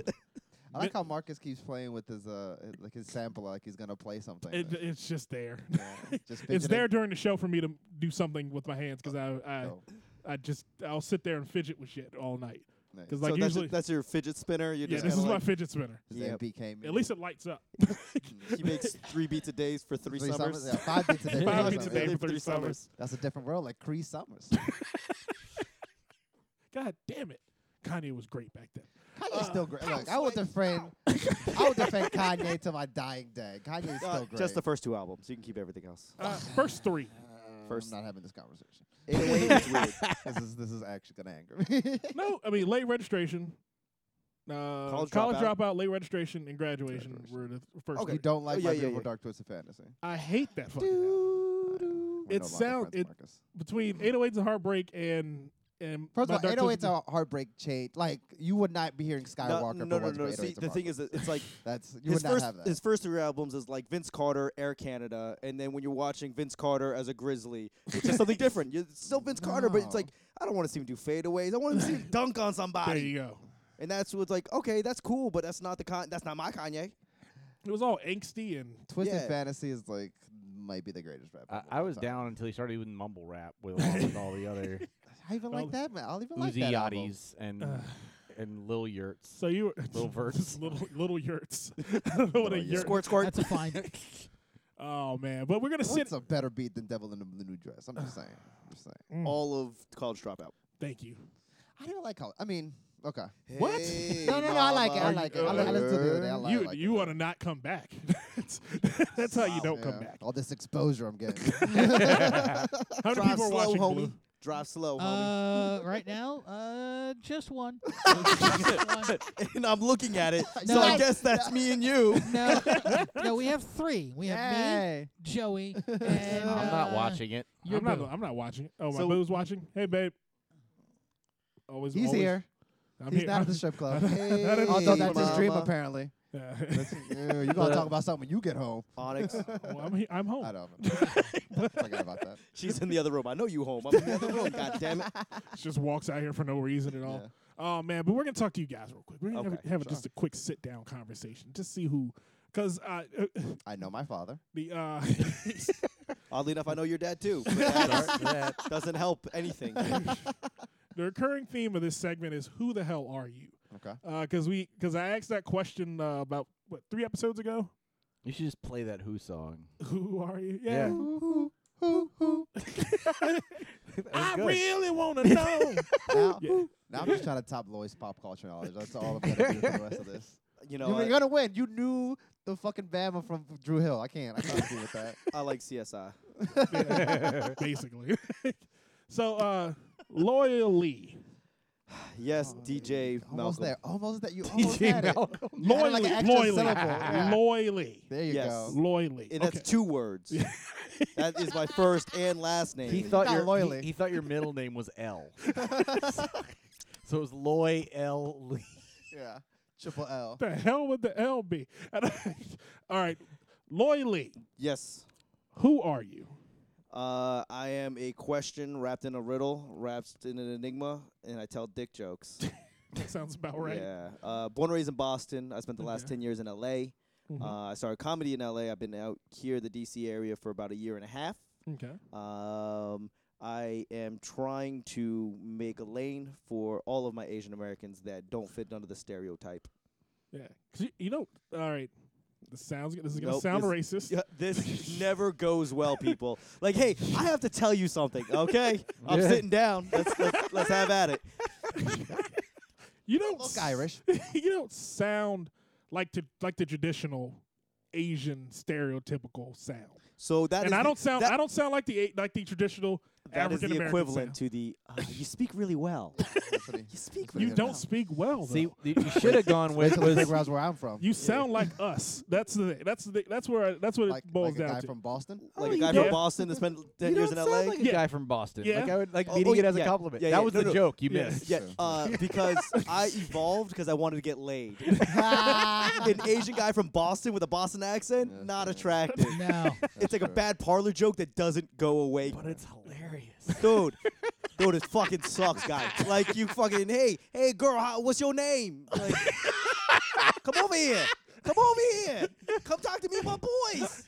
I like how Marcus keeps playing with his uh uh, like his sample, like he's gonna play something.
It, it's just there.
Yeah, just
It's
fidgeting.
there during the show for me to do something with my hands because I, I,
Oh,
I just I'll sit there and fidget with shit all night.
nice.
Because
So
like
that's, your,
usually,
that's your fidget spinner. You're
yeah,
just
this is
kinda
my
like,
fidget spinner.
His
Yep.
MP came.
At least it lights up.
he makes three beats a day for three, summers.
Yeah, five beats a day. for
Five
three
beats a
summers.
day
Yeah.
for three
Three summers.
summers.
That's a different world, like Cree Summers.
God damn it, Kanye was great back then.
Kanye's
Uh,
still great. Look, I will defend. I will defend Kanye to my dying day. Kanye's
Uh,
still great.
just the first two albums. You can keep everything else.
Uh, first three.
first-
i I'm not having this conversation.
808 is weird.
this is this is actually gonna anger me.
No, I mean late registration. Uh, college,
College
dropout.
Dropout.
late registration, and graduation
Graduation.
were the th- first.
You
three.
don't like
Oh,
my
yeah, yeah,
beautiful
yeah.
dark twisted fantasy.
I hate that fucking. album.
We're
It
no longer
sound-
friends,
it-
Marcus.
between 808s and heartbreak and and
First
My
of all,
Dark
808's
Twisted-
a heartbreak change. Like you would not be hearing
No,
Skywalker.
no,
for
no,
once,
no.
but
See,
808's a
the thing
heartbreak.
is, that it's like
that's you
his
would not
first
have that.
his first three albums is like Vince Carter, Air Canada, and then when you're watching Vince Carter as a Grizzly, it's just something different. You're it's still Vince Carter, but it's
No.
like I don't want to see him do fadeaways. I want to see him dunk on
There
somebody,
you go.
and that's what's like. Okay, that's cool, but that's not the con. That's not my Kanye.
It was all angsty and
Twisted
yeah.
Fantasy is like might be the greatest rap.
I,
album of
I
all
was
time.
down until he started doing mumble rap with all, with all the other
I even
Well,
like that man. I'll even like
Uzi
that album.
Yachty's and
Ugh.
and Lil Yurts.
so you were
Little verts.
little little yurts. I don't know what a
Little
yurt.
Squirt, squirt.
That's a fine.
Oh man, but we're gonna sit.
What's a better beat than Devil in the Blue New Dress? I'm just saying. I'm just saying.
Mm.
all of College Dropout.
Thank you.
I don't like how. I mean, okay.
What?
Hey,
No, no, no. I like it. I
mama.
like it. I, li- I listened to it the other day. I li- I
you
like
you
it.
want to not come back? that's that's how you
Wow.
don't
Yeah.
come back.
All this exposure I'm getting.
How many
Drive
people are
slow,
watching
homie.
Blue?
Drive slow, homie.
uh, right now, uh, just one. Just one.
and I'm looking at it,
No,
so I
I-
guess that's me and you.
No, no, we have three. We have me,
Hey.
Joey, and
I'm not
uh,
watching it.
Your
I'm not.
boo.
I'm not watching. Oh, my
So-
boo's watching. Hey, babe. Always.
He's
always-
here.
I'm
He's
here.
not at the strip club.
Hey,
Although that's his dream,
mama.
apparently.
Yeah.
That's, yeah, you gonna talk about something when you get home?
Onyx,
well, I'm, he- I'm home.
I don't. know. Forgot about that.
she's in the other room. I know you home. I'm in the other room. God damn it.
just walks out here for no reason at all. Oh man, but we're gonna talk to you guys real quick. We're gonna have, a-
Okay,
have a- just a quick sit down conversation, just see who, because uh,
I know my father.
the uh,
Oddly enough, I know your dad too. but that doesn't help anything.
the recurring theme of this segment is who the hell are you?
Okay.
Because we because I asked that question uh, about what three episodes ago.
You should just play that Who song.
Who are you?
Yeah.
Yeah. I
good.
really want to know.
Now,
Yeah.
now I'm just trying to top Lloyd's pop culture knowledge. That's all I'm gonna do for the rest of this.
You
you
know,
were
I-
gonna win. You knew the fucking Bama from Drew Hill. I can't. I can't deal with that.
I like CSI.
Yeah, basically. so uh, loyally,
Yes, DJ
Oh, Almost
Malcolm.
there. Almost there. You almost
DJ
had it.
Malcolm.
You added like
loyally,
an extra
loyally,
syllable. Yeah.
loyally,
There you
Yes.
go.
loyally.
And that's
Okay.
two words. that is my first and last name.
He thought
Not
your
loyally.
He, he thought your middle name was L. so it was Loy L Lee.
Yeah. Triple L.
the hell would the L be? And I- all right, loyally,
yes.
who are you?
Uh, I am a question wrapped in a riddle, wrapped in an enigma, and I tell dick jokes.
That sounds about right.
Yeah. Uh, born and raised in Boston. I spent the last
Okay.
10 years in LA.
Mhm.
Uh, I started comedy in LA. I've been out here, the DC area, for about a year and a half.
Okay.
Um, I am trying to make a lane for all of my Asian Americans that don't fit under the stereotype.
Yeah. 'Cause you, you know, all right. This sounds. This is gonna
Nope,
sound racist.
Yeah, this never goes well, people. Like, hey, I have to tell you something, okay? I'm sitting down. Let's, let's, let's have at it.
You don't
Look
s-
Irish.
you don't sound like to like the traditional Asian stereotypical sound.
So that is
and I
the-
don't sound.
that-
I don't sound like the a- like the traditional
that is
African
the
American
equivalent
sound.
to the. Uh, you speak really well.
That's pretty-
You speak.
to-
You
Yeah.
don't speak well.
See,
though.
you should have gone
Wait
with
till the
was
playground's where I'm from.
you sound like us. That's the. That's the. That's where. I, that's what
like,
it boils
like a guy
down to.
from Boston.
Like
Oh,
a
you
guy from
don't-
Boston that spent ten
you
years in
don't
LA.
sound like
Yeah.
a guy from Boston.
Yeah.
Like I would like
Oh,
meeting
oh,
it as
yeah.
a compliment.
Yeah,
that
yeah.
was
No,
the
no.
joke you
Yeah.
missed.
Yeah,
Sure.
uh, because I evolved because I wanted to get laid.
Ah,
An Asian guy from Boston with a Boston accent,
Yeah,
not
yeah.
attractive.
No.
It's like a
true.
bad parlor joke that doesn't go away.
But it's hilarious.
dude, dude, it fucking sucks, guy. Like you fucking, hey, hey, girl, how, what's your name? Like, come over here, come over here, come talk to me about boys.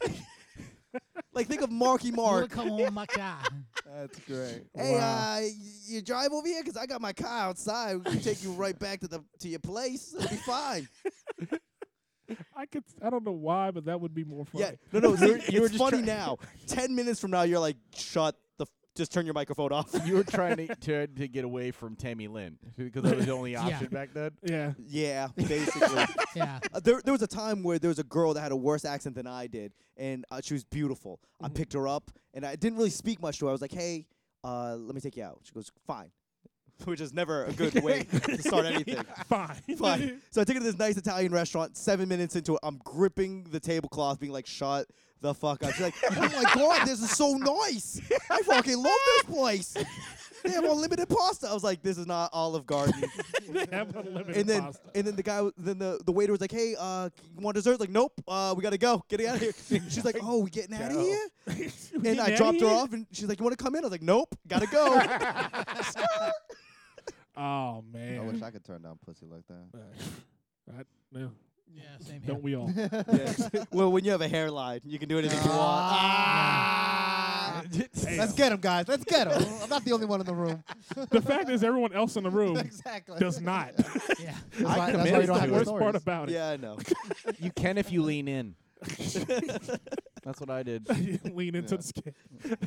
Like think of Marky
Wanna
Mark.
come on, my guy.
that's great.
Hey, uh, y- you drive over here because I got my car outside. We can take you right back to the to your place. It'll be fine.
I could. I don't know why, but that would be more funny.
Yeah, no, no,
You were-
it's,
you were
it's
just
funny
try-
now. Ten minutes from now, you're like, shut the, f- just turn your microphone off.
you were trying to, to to get away from Tammy Lynn because that was the only
Yeah.
option back then.
Yeah.
yeah, basically.
Yeah.
Uh, there, there was a time where there was a girl that had a worse accent than I did, and uh, she was beautiful. I picked her up, and I didn't really speak much to her. I was like, "Hey, uh, let me take you out." She goes, "Fine," which is never a good way to start anything.
Fine.
Fine. So I take her to this nice Italian restaurant. Seven minutes into it, I'm gripping the tablecloth, being like, "Shut the fuck up!" She's like, "Oh my god, this is so nice! I fucking love this place. They have unlimited pasta." I was like, "This is not Olive Garden."
they have unlimited
and then
pasta.
and then the guy w- then the, the waiter was like, "Hey, uh, c- you want dessert?" Like, "Nope, uh, we gotta go. Getting out of here." She's like, "Oh, we getting out of here?" And I dropped her off, and she's like, "You want to come in?" I was like, "Nope, gotta go."
Oh
I
man.
wish I could turn down pussy like that.
Uh, I- no,
Yeah, same here.
Don't we all?
Yeah. Well, when you have a hairline, you can do anything you want.
Ah. Let's get him, guys. Let's get him. I'm not the only one in the room.
the fact is, everyone else in the room
exactly.
does not.
Yeah.
That's why, that's why
committed
you don't
That's
have
the
your
worst part
stories.
about it.
Yeah, I know.
You can if you lean in. That's what I did.
Lean into the skin.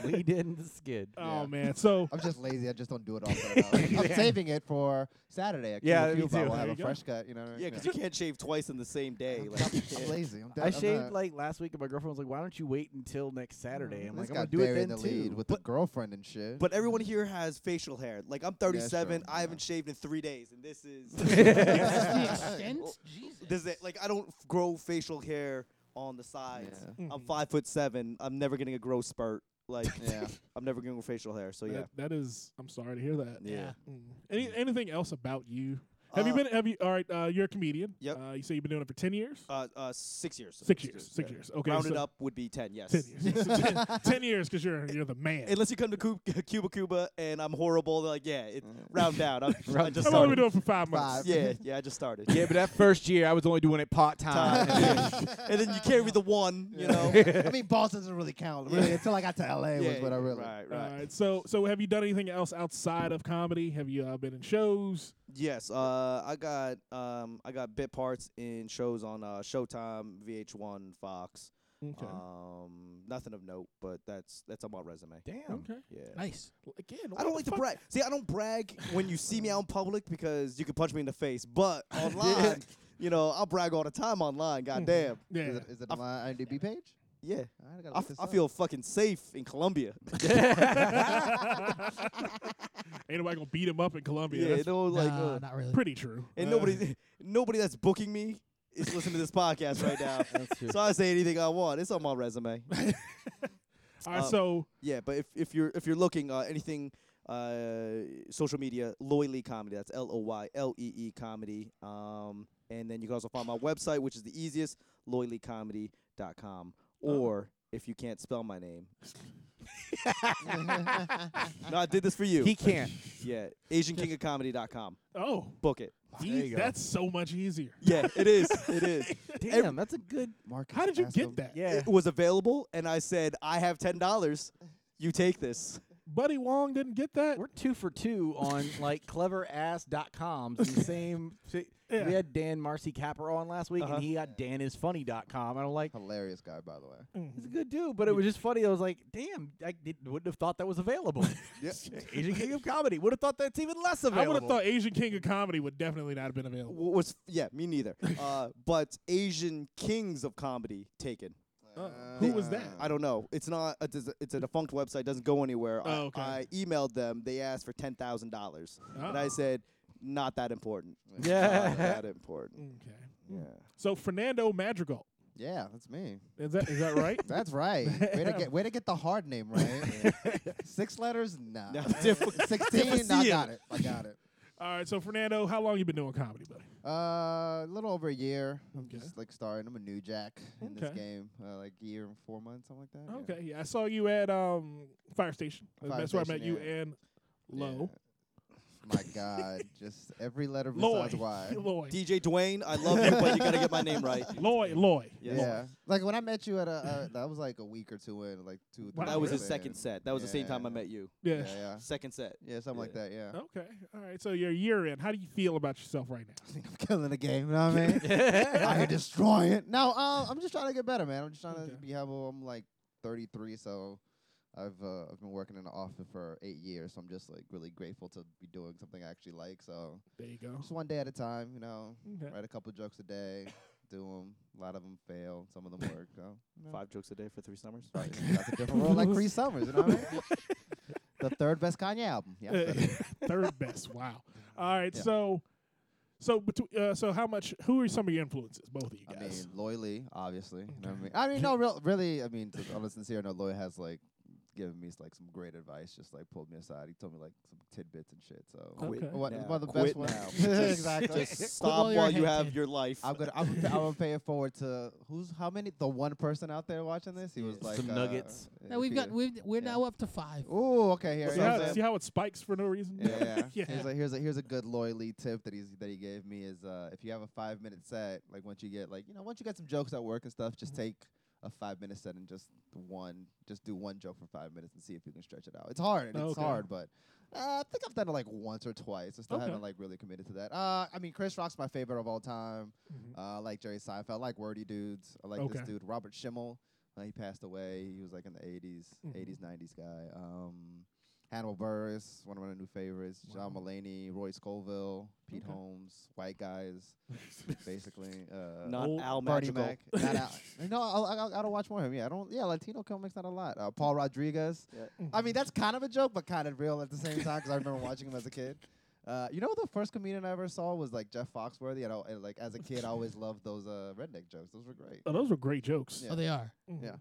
Lean in the skid.
Oh
Yeah.
man. So
I'm just lazy. I just don't do it all. the time. I'm saving it for Saturday. I
Yeah, me too.
I'll
There
have
you
a
go.
fresh cut. You know.
Yeah, because you can't shave twice in the same day.
I'm,
Like, you
I'm
can't.
lazy. I'm dead.
I
I'm
shaved
not-
like last week, and my girlfriend was like, "Why don't you wait until next Saturday?" Mm, I'm like,
this
"I'm
guy
gonna do it
buried
then
the
too."
lead with the girlfriend and shit.
but everyone here has facial hair. Like, I'm 37. I
yeah.
haven't shaved in three days, and this is
That's the
Well,
extent. Jesus.
Does it like I don't f- grow facial hair on the sides.
Mm-hmm.
Yeah.
I'm five foot seven. I'm never getting a growth spurt. Like
yeah.
I'm never getting facial hair. So yeah.
that, that is. I'm sorry to hear that.
Yeah.
Mm. Any anything else about you? Have you
Uh,
been? Have you? All right. Uh, you're a comedian.
Yep.
Uh, you say you've been doing it for ten years.
Uh, uh, six years.
six years. Six
yeah.
years. Okay.
Rounded
so
up would be ten. Yes.
Ten years. ten, ten years because you're you're the man.
Unless you come to Cuba, Cuba, Cuba, and I'm horrible. They're like, yeah, it, round down. I'm, I
Round
just
I've only been
started.
doing it for five months.
Five.
Yeah, yeah, I just started.
Yeah, but that first year, I was only doing it part time.
and then you carry the one, you know.
I mean, Boston doesn't really count really until I got to LA was
Yeah,
what I really.
Right,
All
right.
right. So so have you done anything else outside of comedy? Have you uh, been in shows?
Yes, uh, I got um, I got bit parts in shows on uh, Showtime, VH1, Fox.
Okay.
Um, nothing of note, but that's that's on my resume.
Damn.
okay.
Yeah.
Nice.
Again,
I
why
don't
the
like to
fuck-
brag. See, I don't brag when you see me out in public because you can punch me in the face. But online, you know, I'll brag all the time online. Goddamn.
Yeah.
Is it, is it on my IMDb page?
Yeah.
All right, I gotta look
I, f-
this
I
up.
feel fucking safe in Colombia.
Ain't nobody gonna beat him up in Colombia.
yeah,
That's
no, like,
nah,
uh,
not really.
pretty true.
and nobody, nobody that's booking me is listening to this podcast right now.
That's true.
so I say anything I want. It's on my resume.
All right,
um,
so
yeah, but if, if you're if you're looking uh, anything, uh, social media, Loyally Comedy. That's L O Y L E E Comedy. Um, and then you can also find my website, which is the easiest, loyallycomedy.com. Or if you can't spell my name, no, I did this for you.
He can't.
Yeah, AsianKingOfComedy.com.
oh,
Book it.
geez, that's so much easier.
Yeah, it is. It is.
Damn, that's a good.
Marcus
How did you
asked him-
get that,
Yeah.
It was available, and I said, I have ten dollars. You take this.
Buddy Wong? Didn't get that.
We're two for two on like cleverass.coms and the same. si-
Yeah.
We had Dan Marcy Capper on last week,
Uh-huh.
and he got danisfunny.com. And I'm like,
Hilarious guy, by the way.
he's a good dude, but it was just funny. I was like, damn, I did, wouldn't have thought that was available. Asian King of Comedy would have thought that's even less
I
available.
would have thought Asian King of Comedy would definitely not have been available.
Wh- What's yeah, me neither. Uh, but Asian Kings of Comedy taken.
Uh, who was that?
I don't know. It's not. A, dis- it's a defunct website. Doesn't go anywhere. I,
Oh, okay.
I emailed them. They asked for ten thousand dollars, and I
Oh.
said, not that important.
Yeah.
not that important.
Okay.
Yeah.
So Fernando Madrigal.
Yeah, that's me.
Is that is that right?
That's right. Way to get way to get the hard name right. Six letters, nah.
No, difficult-
Sixteen, nah, I got it. I got it.
All right. So Fernando, how long you been doing comedy, buddy?
Uh, a little over a year. I'm
Okay.
just like starting. I'm a new jack in this
Okay.
game. Uh, like a year and four months, something like that. yeah.
Okay. Yeah, I saw you at um Fire Station.
Fire
That's where I
Station,
met you
yeah.
and Low.
Yeah. My God, just every letter
Loy.
besides Y.
Loy.
DJ Dwayne, I love you, but you gotta get my name right.
Loy. Loy.
Yeah.
Yes.
like when I met you at a, uh, that was like a week or two in, like two.
Wow.
That was
Really?
his second set. That was the same time I
Yeah.
met you.
Yeah.
Yeah, yeah,
Second set.
yeah, something like that. Yeah,
Okay. All right. So you're a year in. How do you feel about yourself right now?
I think I'm killing the game. You know what I mean? I can destroy it. No, um, I'm just trying to get better, man. I'm just trying
Okay.
to be humble. I'm like 33, so I've uh, I've been working in the office for eight years. So I'm just like really grateful to be doing something I actually like. So
There you go.
just one day at a time, you know.
Okay.
Write a couple jokes a day, do 'em. A lot of 'em fail. Some of them work. So, you know.
Five jokes a day for three summers.
Right. That's a different world, like Cree Summers. You know what I mean? the third best Kanye album. Yeah.
Uh,
that's it.
Third best. Wow. All right.
Yeah.
So, so between uh, so how much? Who are some of your influences? Both of you
I
guys.
mean, loyally, obviously. You know what I mean? I mean, no, real, really. I mean, to, on a sincere note, Loy has like given me like some great advice. Just like pulled me aside. He told me like some tidbits and shit. So
Quit
Wha- what,
now.
one of the
Quit
best ones.
now.
exactly.
Just stop
while you're
while you
ahead,
have
kid.
your life.
I'm gonna, I'm, gonna- I'm gonna pay it forward to who's how many? The one person out there watching this. He was
Yeah.
like
Some
uh,
nuggets.
No, we've got
Peter.
we've, we're
Yeah.
now up to five.
Ooh, okay. Here.
see,
you know what I'm
how,
saying?
see how it spikes for no reason.
Yeah.
Yeah.
Here's a here's a here's a good loyally tip that he's that he gave me is uh if you have a five minute set, like once you get like you know, once you get some jokes at work and stuff,
Mm-hmm.
just take a five minute set and just one just do one joke for five minutes and see if you can stretch it out. It's hard, it's
Oh, Okay.
hard, but uh, I think I've done it like once or twice. I still
Okay.
haven't like really committed to that. Uh I mean Chris Rock's my favorite of all time.
Mhm.
Uh I like Jerry Seinfeld, I like wordy dudes. I like
Okay.
this dude, Robert Schimmel. Uh, he passed away. He was like in the 80s,
Mhm.
80s, 90s guy. Um, Hannibal Burris, one of my new favorites. John Mulaney, Roy Scoville, Pete
Okay.
Holmes, white guys, basically. Uh,
Not
Old
Al
Bernie
Magical.
Mac. Not Al- no, I'll, I'll, I'll watch more of him. Yeah, I don't. Yeah, Latino comics not a lot. Uh, Paul Rodriguez.
Yeah.
I mean, that's kind of a joke, but kind of real at the same time because I remember watching him as a kid. Uh, you know, the first comedian I ever saw was like Jeff Foxworthy, and, I, and like as a kid, I always loved those uh, redneck jokes. Those were great.
Oh, those were great jokes.
Yeah.
Oh, they are.
Mhm.
Yeah.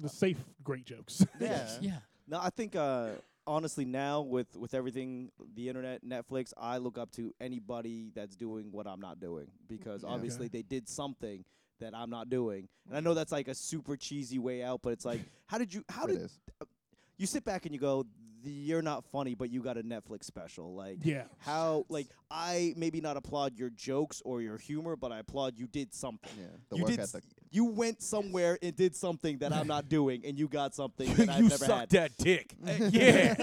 The safe, great jokes.
Yeah.
Yeah.
No, I think uh, honestly now with with everything, the internet, Netflix, I look up to anybody that's doing what I'm not doing because
Yeah.
obviously they did something that I'm not doing, and I know that's like a super cheesy way out, but it's like, how did you? How
It
did
is.
you sit back and you go, you're not funny, but you got a Netflix special, like.
yeah.
How like I maybe not applaud your jokes or your humor, but I applaud you did something.
Yeah, the
you
work
did
ethic.
s- you went somewhere and did something that I'm not doing, and you got something that I've
you
never
suck
had.
that dick. yeah.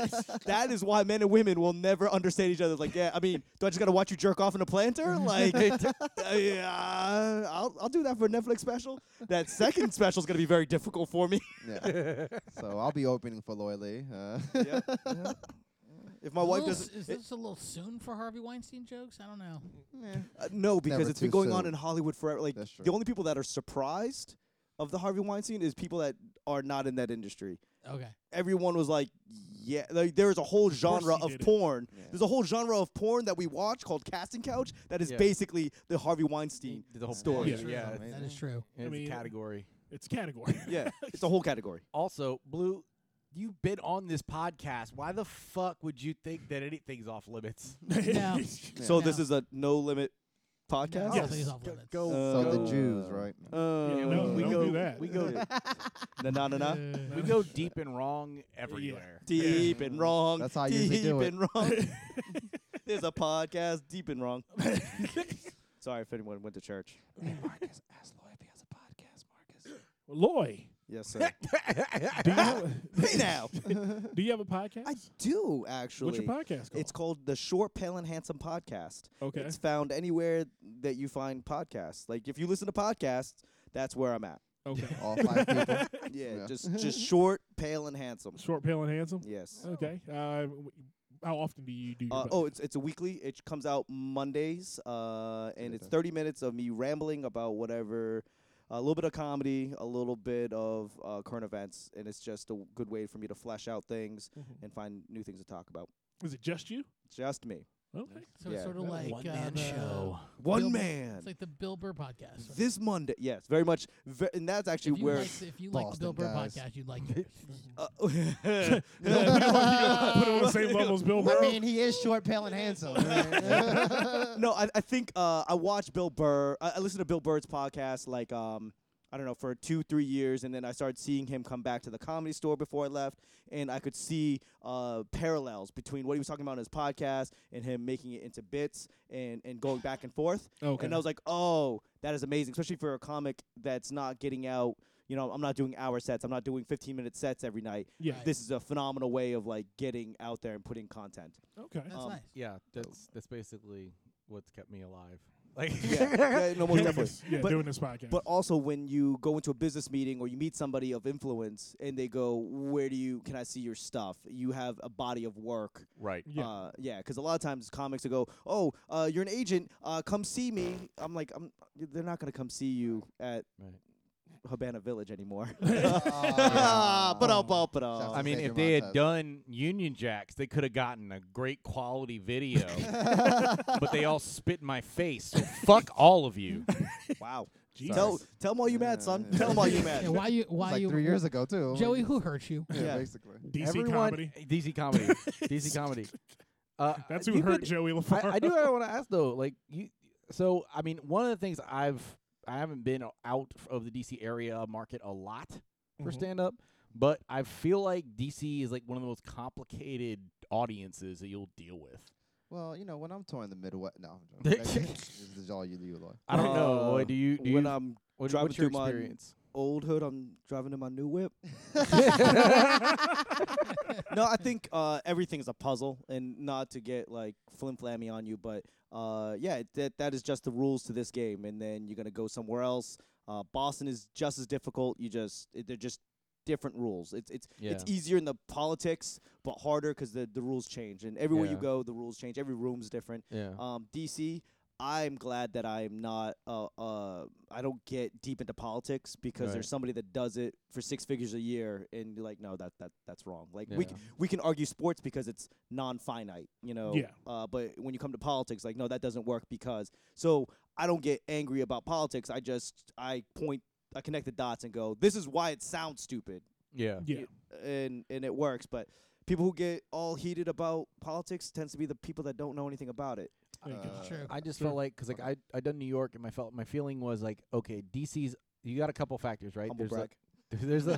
That is why men and women will never understand each other. Like, yeah, I mean, do I just gotta watch you jerk off in a planter? Like, uh, yeah, I'll, I'll do that for a Netflix special. That second special is gonna be very difficult for me.
Yeah. so I'll be opening for Loy Lee. Uh,
Yeah. If my wife
Little s-
doesn't,
Is
it-
this a little soon for Harvey Weinstein jokes? I don't know.
uh, no, because
Never
it's been
too
going on
soon.
in Hollywood forever. Like
That's true.
the only people that are surprised of the Harvey Weinstein is people that are not in that industry.
Okay.
Everyone was like, yeah, like there is a whole genre
he
of
did it.
porn.
Yeah.
There's a whole genre of porn that we watch called casting couch that is
Yeah.
basically the Harvey Weinstein.
The whole
story.
Yeah,
Yeah.
yeah,
Amazing.
That is true.
it's
mean-
a category.
It's a category.
Yeah, it's a whole category.
Also, Blue, you've been on this podcast. Why the fuck would you think that anything's off limits?
No.
So this
No.
is a no limit podcast.
Yes.
Nothing's off limits.
go.
Uh,
So
go-
the Jews, right?
Uh,
Yeah, no,
we
don't
go,
do that.
We go,
na na na na.
Uh,
we go deep and wrong everywhere.
Deep and wrong.
That's how I
deep
usually do it.
and wrong. There's a podcast deep and wrong. Sorry if anyone went to church.
Marcus, ask Lloyd if he has a podcast, Marcus.
Loy,
Yes, sir.
do you, have,
hey now.
do you have a podcast?
I do actually.
What's your podcast called?
It's called the Short, Pale, and Handsome Podcast.
okay.
It's found anywhere that you find podcasts. Like if you listen to podcasts, that's where I'm at.
okay.
All five people.
Yeah,
Yeah.
just just short, pale, and handsome.
Short, pale, and handsome.
Yes.
Okay. Uh, w- how often do you do? Your
Uh,
podcast?
oh, it's it's a weekly. It comes out Mondays, uh, and it's
Okay.
30 minutes of me rambling about whatever, a little bit of comedy, a little bit of uh, current events, and it's just a w- good way for me to flesh out things
Mhm.
and find new things to talk about.
is it just you?
Just me,
Okay.
so it's
Yeah.
sort of like
One
uh,
man
the-
show.
one
Bill-
man.
It's like the Bill Burr podcast. right?
this Monday, yes, very much, ve- and
if
that's
you
actually where.
like, the- if you like the Bill Burr
Boston guys.
podcast, you'd like yours.
Uh,
You don't- you don't- you don't put him on the same level as Bill Burr.
I mean, he is short, pale, and handsome. right?
no, I, I think uh, I watched Bill Burr. I, I listened to Bill Burr's podcast like um, I don't know for two, three years, and then I started seeing him come back to the Comedy Store before I left, and I could see uh, parallels between what he was talking about in his podcast and him making it into bits and and going back and forth.
Okay.
And I was like, oh, that is amazing, especially for a comic that's not getting out. You know, I'm not doing hour sets. I'm not doing 15 minute sets every night.
yeah.
Right.
This is a phenomenal way of like getting out there and putting content.
uh,
Okay.
That's
Um,
nice.
Yeah, that's that's basically what's kept me alive. Like,
yeah, yeah, no, most
Doing
definitely.
this, yeah,
But-
doing this
Mm.
podcast.
But also, when you go into a business meeting or you meet somebody of influence and they go, "Where do you? Can I see your stuff?" You have a body of work.
right.
yeah.
Uh, yeah. Because a lot of times comics will go, "Oh, uh, you're an agent. Uh, come see me." I'm like, I'm, they're not gonna come see you at
Right.
Habana Village anymore.
Aw.
But I'll, but uh,
Sounds
I
like-
I'll.
mean,
Thank
if
you,
they had
Montez.
done Union Jacks, they could have gotten a great quality video. but they all spit in my face. So fuck all of you.
Wow.
Jesus.
Tell tell 'em all you mad, son.
Yeah.
Tell 'em all you
Yeah,
mad.
why you? Why
It's like
you?
three years ago, too.
Joey, who hurt you?
Yeah,
Yeah.
basically.
DC
Everyone,
comedy.
DC comedy. DC comedy. Uh,
That's who
you
hurt
could-
Joey LaFarge.
I, I do. I want to ask though. Like you. So I mean, one of the things I've I haven't been out of the DC area market a lot for
Mhm.
stand up, but I feel like DC is like one of the most complicated audiences that you'll deal with.
Well, you know, when I'm touring the Midwest, no, I'm joking. this is all you, you, Lloyd.
I don't know.
Uh,
Lloyd, Do you? Do
when
you
I'm
what-
driving
what's your
through my-
experience?
old hood, I'm driving in my new whip. no, I think uh, everything's a puzzle, and not to get like flim flammy on you, but uh, yeah, that that is just the rules to this game. And then you're gonna go somewhere else. Uh, Boston is just as difficult. You just it, they're just different rules. It's it's it's
Yeah.
easier in the politics, but harder 'cause the the rules change. And everywhere you
Yeah.
go, the rules change. Every room's different.
Yeah.
Um, DC, I'm glad that I'm not. Uh, uh, I don't get deep into politics because
Right.
there's somebody that does it for six figures a year, and you're like, no, that that that's wrong. Like we c-
Yeah.
we can argue sports because it's non-finite, you know.
Yeah.
Uh, but when you come to politics, like, no, that doesn't work because. So I don't get angry about politics. I just I point. I connect the dots and go, this is why it sounds stupid
yeah.
yeah.
and and it works. But people who get all heated about politics tends to be the people that don't know anything about it.
There you go.
Uh,
True.
I just
Sure.
felt like because like I I done New York and my felt my feeling was like okay DC's you got a couple factors right
Humble
there's
brag.
like
mm,
there's a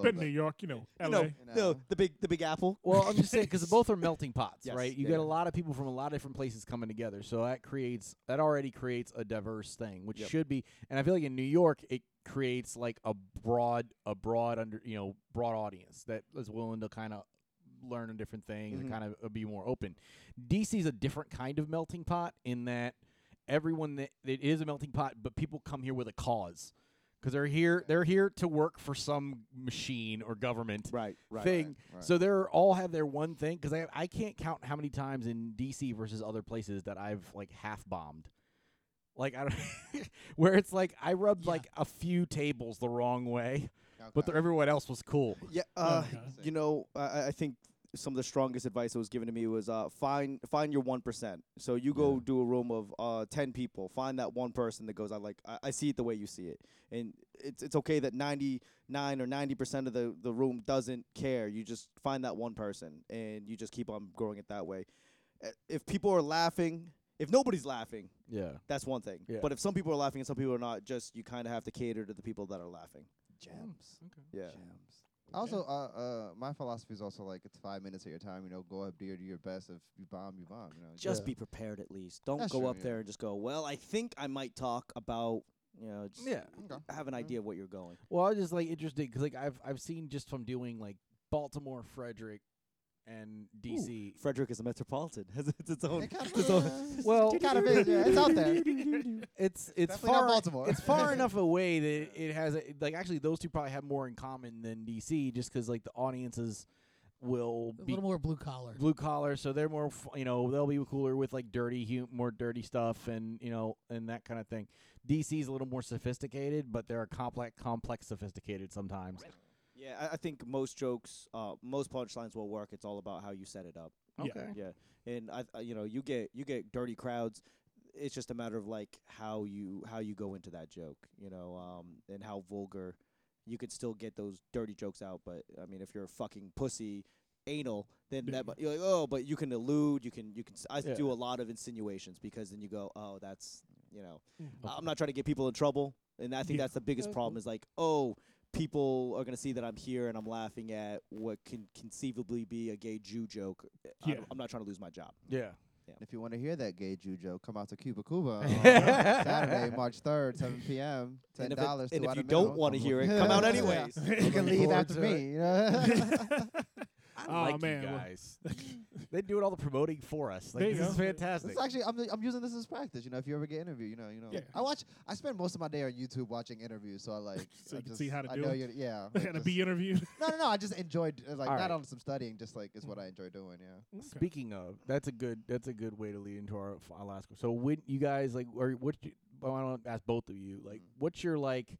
Been New York, you know, LA.
No,
You
no,
know.
the big the Big Apple.
well I'm just saying because both are melting pots
Yes,
right you
yeah.
get a lot of people from a lot of different places coming together so that creates that already creates a diverse thing which
Yep.
should be and I feel like in New York it creates like a broad a broad under you know broad audience that is willing to kind of learn a different thing
Mhm.
and kind of be more open DC's a different kind of melting pot in that everyone that it is a melting pot, but people come here with a cause. because they're here they're here to work for some machine or government
Right, right.
thing.
right.
So they're all have their one thing because I I can't count how many times in DC versus other places that I've like half bombed. Like I don't where it's like I rubbed
Yeah.
like a few tables the wrong way, but
Okay.
the, everyone else was cool.
Yeah, uh,
my God.
you know, I- I, I think some of the strongest advice that was given to me was uh, find find your one percent. So you go do a room of uh, ten people, find that one person that goes, I like, I, I see it the way you see it, and it's it's okay that ninety nine or ninety percent of the the room doesn't care. You just find that one person, and you just keep on growing it that way. Uh, If people are laughing, if nobody's laughing,
Yeah.
that's one thing.
Yeah.
But if some people are laughing and some people are not, just you kind of have to cater to the people that are laughing.
gems.
Yeah.
Gems. Also, uh, uh, my philosophy is also like it's five minutes of your time. You know, go up there, do your best. If you bomb, you bomb. You know,
just be prepared at least. Don't
That's
go
true,
up
yeah.
there and just go, well, I think I might talk about, you know, just
Yeah.
Okay.
have an idea of what you're going.
Well, I was just like interested because like I've I've seen just from doing like Baltimore, Frederick, and DC.
Frederick is a metropolitan. Has it's its own.
It kind of
it's own-
is.
Well,
It kind of is. Yeah, it's out there.
it's it's
Definitely not
far
Baltimore.
it's far enough away that it has a, like actually those two probably have more in common than DC just because like the audiences will
A
be
little more blue collar.
blue collar, so they're more f- you know they'll be cooler with like dirty hu- more dirty stuff and you know and that kind of thing. DC's a little more sophisticated, but they're complex complex sophisticated sometimes.
yeah, I, I think most jokes, uh, most punchlines will work. It's all about how you set it up.
Yeah.
Okay.
Yeah, and I, I, you know, you get you get dirty crowds. It's just a matter of like how you how you go into that joke, you know, um, and how vulgar. You could still get those dirty jokes out, but I mean, if you're a fucking pussy, anal, then
Yeah.
that mu- you're like, oh, but you can elude, you can you can. s- I
Yeah.
do a lot of insinuations because then you go, oh, that's you know,
Yeah.
I- I'm not trying to get people in trouble, and I think
Mm-hmm. Yeah.
that's the biggest problem is like, oh, people are gonna see that I'm here and I'm laughing at what can conceivably be a gay Jew joke. I
Yeah.
don't- I'm not trying to lose my job.
Yeah.
If you want to hear that gay Jew joke, come out to Cuba Cuba on uh, Saturday, March 3rd, 7 p.m. $10
And if, it-
to
and if
out
you
of
don't
middle.
want to hear it, come out
Yeah.
anyways.
You can leave
forward
after
to
me. you know?
I
Aw,
like
man,
you
well-
guys. they do it all the promoting for us. Like,
There you
this is
go.
fantastic.
This is actually, I'm, I'm using this as practice. You know, if you ever get interviewed, you know, you know.
Yeah.
I watch. I spend most of my day on YouTube watching interviews, so I like.
So
I
you can
just,
see how to
I
do
know
it.
you're- Yeah. like,
and a
just-
B interview.
No, no, no. I just enjoyed uh, like
All
not
right.
on some studying, just like is what I enjoy doing. Yeah.
Speaking of, that's a good that's a good way to lead into our, f- our last question. So when you guys like, or what? You, well, I want to ask both of you. Like, what's your like?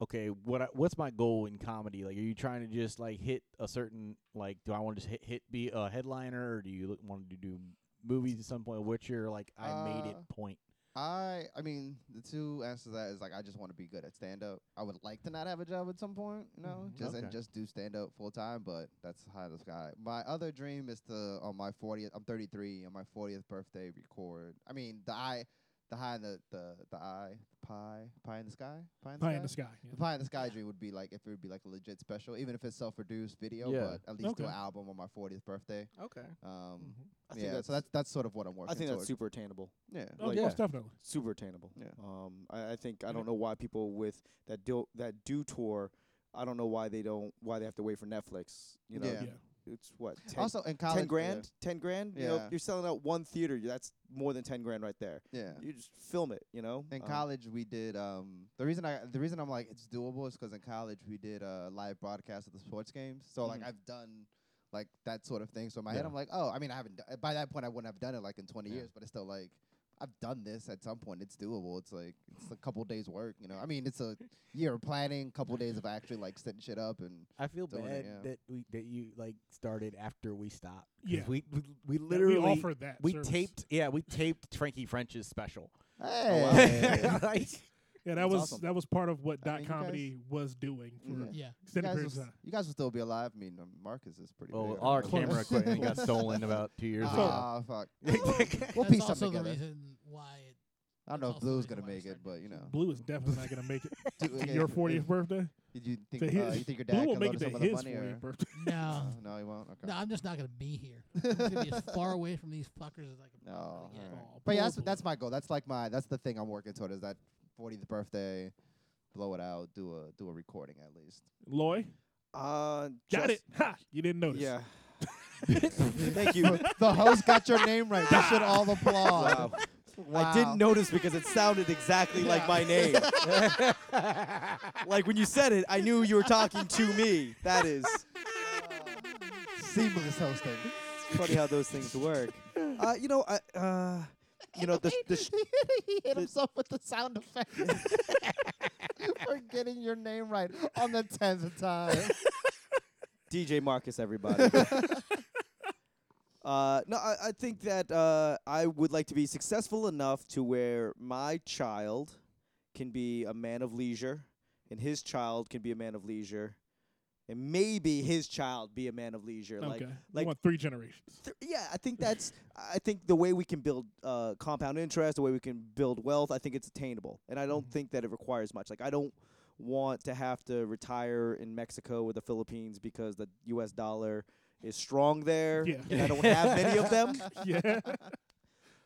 Okay, what I, what's my goal in comedy? Like, are you trying to just like hit a certain like? Do I want to just hit hit be a headliner, or do you want to do movies at some point? What's your like? I made it
Uh,
point.
I I mean the two answers to that is like I just want to be good at stand up. I would like to not have a job at some point, you know, just and
Okay.
just do stand up full time. But that's high in the sky. My other dream is to on my 40th. I'm 33 on my 40th birthday record. I mean the eye, the high in the the the eye pie pie in the sky pie in the
Pie
sky.
in the sky. yeah.
The Pie in the Sky dream would be like if it would be like a legit special, even if it's self-produced video,
Yeah.
but at least
Okay.
do an album on my 40th birthday.
Okay.
Um,
I think
yeah,
that's-
so that's that's sort of what I'm working.
I think that's
toward.
super attainable.
Yeah.
Oh,
Like-
most definitely.
Super attainable.
Yeah.
Um, I, I think I don't know why people with that do that do tour. I don't know why they don't why they have to wait for Netflix. You know,
Yeah.
Yeah.
it's what 10,
Also in college,
ten grand, ten grand. You know,
Yeah.
you're selling out one theater. you- That's more than ten grand right there.
Yeah. yeah.
You just film it. You know,
In
oh.
Um,
college, we did. Um, the reason I the reason I'm like it's doable is because in college we did uh, live broadcast of the sports games. So like
Mhm.
I've done like that sort of thing. So in my head,
Mm-hmm. Yeah.
I'm like, oh, I mean, I haven't. d- By that point, I wouldn't have done it like in 20
Yeah.
years, but it's still like. I've done this at some point. It's doable. It's like it's a couple days work, you know. I mean, it's a year of planning, couple days of actually like setting shit up, and
I feel
Doing
bad
it, yeah.
that we that you like started after we stopped. 'cause
Yeah.
We we, we
Yeah,
literally
we offered that.
we
service.
taped yeah we taped Frankie French's special.
wow.
Hey.
Like,
Yeah, that
That's
was
awesome.
that was part of what
I
dot
mean, you guys-
comedy was doing for
Mhm.
Yeah.
you,
extended
guys will,
periods
s-
of time.
you guys will still be alive. I mean, um, Marcus is pretty.
Well,
big.
Oh, our
Close.
camera equipment got stolen about two years ago.
Ah, fuck.
Well,
We'll
That's
piece
also
something
the
together.
reason why it.
I don't know
that's
if
also the
Blue's
reason
gonna
why we
make it,
started
but you know,
Blue is definitely not gonna make it
do-
to
okay,
your
if-
40th
if-
birthday.
Did you think?
To his,
uh, you think your
Blue
dad
will
can
make
load
it
us
to
some of the
his
money?
40th
Or?
birthday.
No.
No, no, he won't. Okay.
Ah. No, I'm just not gonna be here. I'm just gonna be as far away from these fuckers as I can. possibly
No, Oh, all
get. Oh,
right.
Aw,
But yeah,
poor
that's that's
Blue.
my goal. That's like my that's the thing I'm working toward is that 40th birthday, blow it out, do a do a recording at least.
Loy,
Uh,
got
just-
it. Ha! You didn't notice.
Yeah. Thank you.
the host got your name right. You should all applaud.
Wow. I didn't notice because it sounded exactly like my name. like when you said it, I knew you were talking to me. That is
Seamless hosting.
funny how those things work. Uh, you know, I, uh, you know, the, the sh-
he hit
the-
himself with the sound effect. For getting your name right on the tenth time.
DJ Marcus, everybody. uh, no, I, I think that uh, I would like to be successful enough to where my child can be a man of leisure, and his child can be a man of leisure, and maybe his child be a man of leisure.
Okay.
Like,
You
like
want three generations.
th- yeah, I think that's. I think the way we can build uh, compound interest, the way we can build wealth, I think it's attainable, and I don't think that it requires much. Like I don't want to have to retire in Mexico or the Philippines because the U.S. dollar is strong there,
Yeah.
and I don't have many of them.
yeah.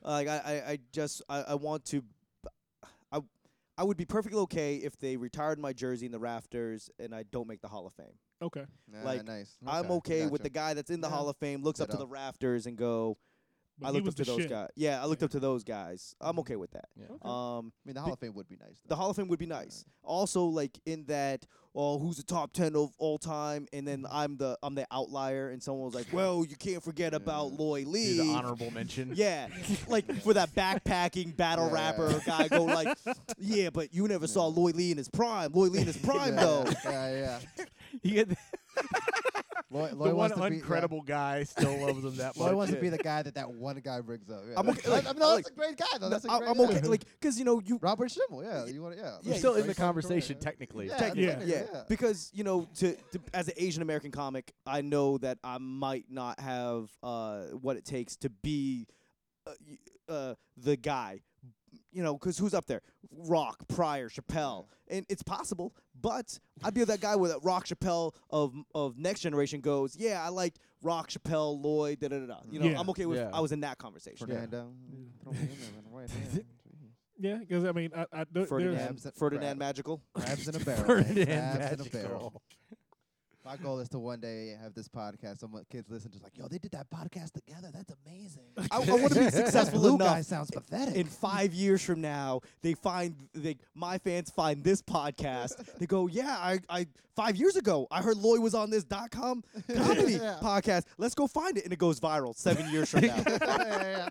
Like I, I, I just, I, I want to. I, I would be perfectly okay if they retired my jersey in the rafters and I don't make the Hall of Fame.
Okay.
Nah,
Like,
nice.
I'm okay
gotcha.
with the guy that's in the
Yeah.
Hall of Fame looks up to
Ditto.
the rafters and go.
But
I
he
looked
was
up to
the
those
shit.
guys. Yeah, I looked up to those guys. I'm okay with that.
Yeah.
Okay.
Um,
I mean, the Hall of Fame would be nice.
the
Though.
Hall of Fame would be nice. Also, like in that, oh, who's the top ten of all time? And then I'm the I'm the outlier, and someone was like, well, you can't forget about Loy Lee.
Do the honorable mention.
Yeah, like for that backpacking battle
Yeah.
rapper guy, go like, yeah, but you never saw Loy Lee in his prime. Loy Lee in his prime though.
Yeah, yeah.
You get the,
Loy,
the
Loy
one
wants to be- yeah.
uncredible guy still loves him that much.
Lloyd wants to be the guy that that one guy brings up. Yeah,
I'm
that's-
okay- like-
I mean, no,
like-
that's a great guy though. That's a
I-
great
I'm
guy.
okay, like, cause you know you
Robert Schimmel. Yeah, you want to? Yeah,
You're
Yeah,
still
he's
in the
great fucking
conversation
career.
technically.
Yeah,
Technically,
technically,
yeah,
yeah.
because you know, to, to as an Asian American comic, I know that I might not have uh, what it takes to be uh, y- uh, the guy. You know, because who's up there? Rock, Pryor, Chappelle, and it's possible. But I'd be that guy where that Rock Chappelle of of next generation goes, yeah, I liked Rock Chappelle, Lloyd, da da da da. You know,
Yeah.
I'm okay with.
Yeah.
I was in that conversation.
Fernando. Throw me in there with the right hand.
Yeah, because I mean, I, I do, there's,
Ferdinand,
Abs-
Ferdinand
Brad.
Magical.
Crabs in a barrel.
Ferdinand
man. Crabs in a
Magical.
barrel. My goal is to one day have this podcast. Some kids listen to like, yo, they did that podcast together. That's amazing.
I, I want to be successful
Blue
enough.
guy sounds pathetic.
in five years from now, they find they my fans find this podcast. They go, yeah, I, I five years ago I heard Lloyd was on this dot com comedy
Yeah.
podcast. Let's go find it, and it goes viral seven years from now. yeah,
yeah, yeah,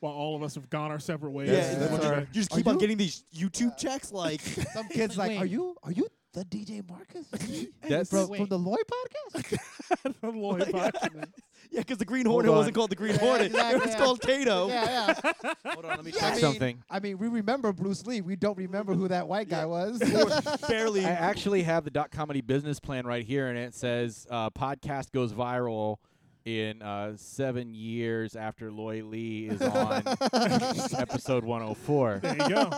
while all of us have gone our separate ways.
That's-
it's
that's
one of
our-
the- you just
Are
keep on
you-
getting these YouTube checks. Like,
yeah. Some kids like, are
Wait.
you are you the DJ Marcus
That's
from,
Wait.
from the Lloyd podcast?
The Lloyd podcast.
yeah, because the Green
Hold
Hornet wasn't
on.
called the Green
Yeah,
Hornet; it
exactly,
was
yeah.
called Kato.
yeah, yeah.
Hold on, let me
Yeah, I
check
mean-
something.
I mean, we remember Bruce Lee. We don't remember who that white guy was.
Barely.
I actually have the dot comedy business plan right here, and it says uh, podcast goes viral in uh, seven years after Loy Lee is on episode 104.
there you go.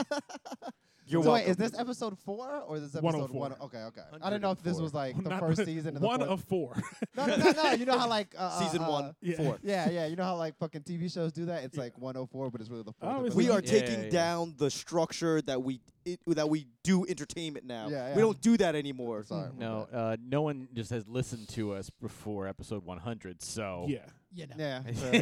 You're
so wait,
welcome.
is this episode four or is this episode
104.
one? Okay, okay. I don't know if this was like the
Not
first season. And the
one
fourth.
of four.
no, no, no. You know how like uh, uh,
season
uh,
one,
yeah.
four.
Yeah, yeah. You know how like fucking TV shows do that? It's like 104, but it's really the fourth.
Obviously.
episode.
We are
Yeah,
taking
yeah.
down the structure that we it, that we do entertainment now.
Yeah,
We
yeah.
don't do that anymore.
Sorry. my
No,
bad.
uh, no one just has listened to us before episode 100, so
Yeah.
You know.
Yeah. so,
Yeah.
yeah,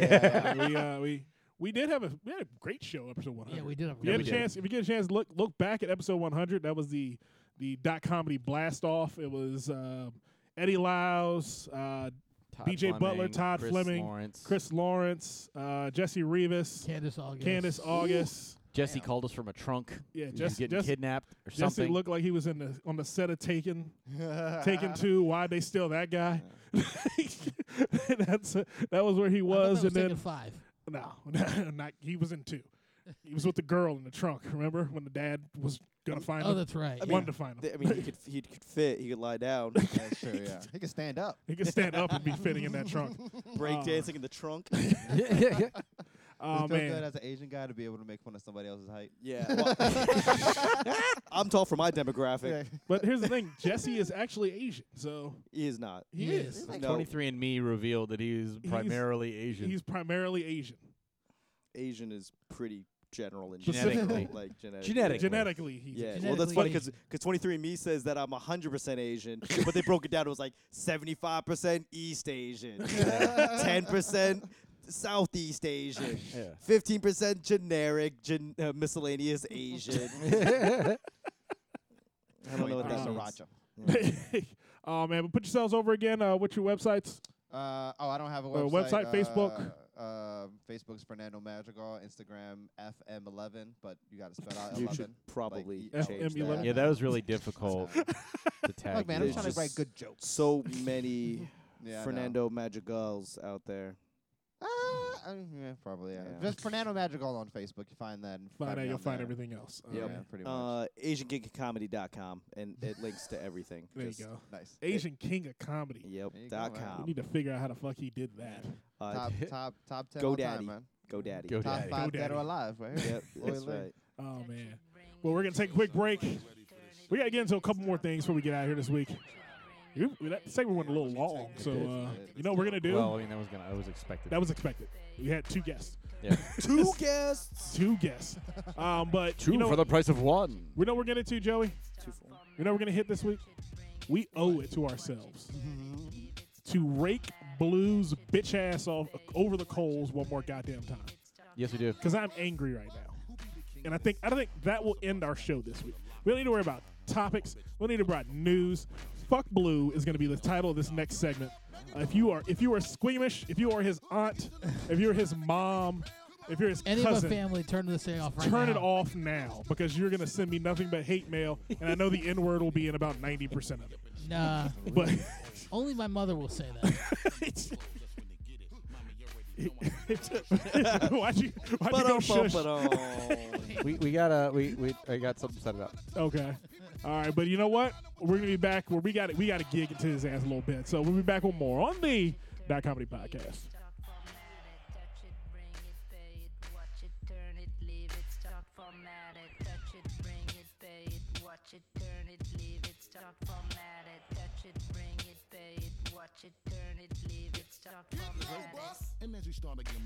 Yeah,
yeah.
we, uh, we we did have a we had a great show episode 100.
Yeah, we did have a
If you
great
have a
show.
chance, if you get a chance, look look back at episode 100. That was the the dot comedy blast off. It was um, Eddie Lyles, uh,
Todd
BJ Butler,
Fleming,
Todd
Chris
Fleming,
Lawrence.
Chris Lawrence, uh, Jesse Rivas,
Candace August.
Candace August.
Jesse called us from a trunk.
Yeah,
He's
Jesse,
getting
Jesse,
kidnapped or
Jesse
something.
looked like he was in the on the set of Taken. Taken two. Why'd they steal that guy? That's that was where he
I thought that
was, and
taken
then
five.
No, not he was in two. He was with the girl in the trunk. Remember when the dad was gonna find
Oh,
him?
that's right.
wanted
yeah.
to find him.
Th- I mean, he could he could fit. He could lie down,
That's true. Yeah. He can stand up.
he could stand up and be fitting in that trunk.
break
Uh,
dancing in the trunk.
It's
Oh
feel good
man,
as an Asian guy to be able to make fun of somebody else's height.
yeah, well, I'm tall for my demographic.
but here's the thing: Jesse is actually Asian, so
He is not.
he,
He
is.
is.
No,
23 and Me revealed that he's primarily Asian.
He's primarily Asian.
Asian is pretty general in
Specifically.
general, like genetic.
Genetic.
Genetically, he's
Yeah,
Asian.
well, that's funny
Genetically
because 23andMe says that I'm 100% Asian, but they broke it down. It was like 75% East Asian, 10% Southeast Asian,
Yeah.
fifteen percent generic, gen- uh, miscellaneous Asian. I don't know what that means.
Sriracha.
oh man, but put yourselves over again. Uh, what's your websites?
Uh, oh, I don't have a
Uh,
website.
website, Facebook.
Uh, uh, Facebook's Fernando Madrigal. Instagram FM11, but you got to spell out
You
11.
should probably
like, e-
change
FM11.
that.
Yeah, that was really difficult
Look,
to tag.
man,
you
I'm
It's
on.
trying to write
just-
good jokes.
So many
Yeah, I know.
Fernando Madrigals out there.
Uh, I mean, yeah, probably. Yeah.
Yeah.
Just Fernando Madrigal on Facebook. You find that. And
Find out.
me
You'll
on
find
there.
everything else. All
Yeah,
right.
pretty much.
Uh, AsianGigaComedy.com, and it links to everything.
There you
Just-
go.
nice.
Asian King of Comedy.
Yep.
There you go,
Dot
man.
We
com.
need to figure out how the fuck he did that.
Uh,
Top, top, top ten.
Go
all
Daddy.
Time, man.
go Daddy.
Go
Top
Daddy.
five dead
GoDaddy.
or alive, right? here.
Yep, that's
Oily.
right.
Oh man. Well, we're gonna take a quick break. We gotta get into a couple more things before we get out of here this week. You- That segment went a little long, so uh, you know what we're gonna do.
Well, I mean, that was gonna. I was expected.
That was expected. We had two guests.
yeah.
Two guests.
Two guests. Um, but you know,
price of one.
we know we're gonna do Joey. You know we're gonna hit this week. We owe it to ourselves to rake blues bitch ass off over the coals one more goddamn time.
Yes, we do.
Because I'm angry right now, and I think I don't think that will end our show this week. We don't need to worry about topics. We don't need to worry about news. Fuck blue is gonna be the title of this next segment. Uh, if you are if you are squeamish, if you are his aunt, if you're his mom, if you're his
Any of my
cousin,
family, turn this thing off right
Turn it
now.
off now because you're going to send me nothing but hate mail, and I know the N word will be in about 90% of it.
Nah,
But
only my mother will say that.
it's. why'd you, why'd you go shush?
Ba-dum-bum-ba-dum.
we we got a we we I got something set up.
Okay. All right, but you know what? We're gonna be back where we got it. We got to gig into his ass a little bit, so we'll be back with more on the Dot Comedy Podcast.
Stop format it, touch it, bring it, pay it, watch it, turn it, leave it. Stop format it, touch it, bring it, pay it, watch it, turn it, leave it. Stop format it, touch it, bring it, pay it, watch it, turn it, leave it. Stop format it.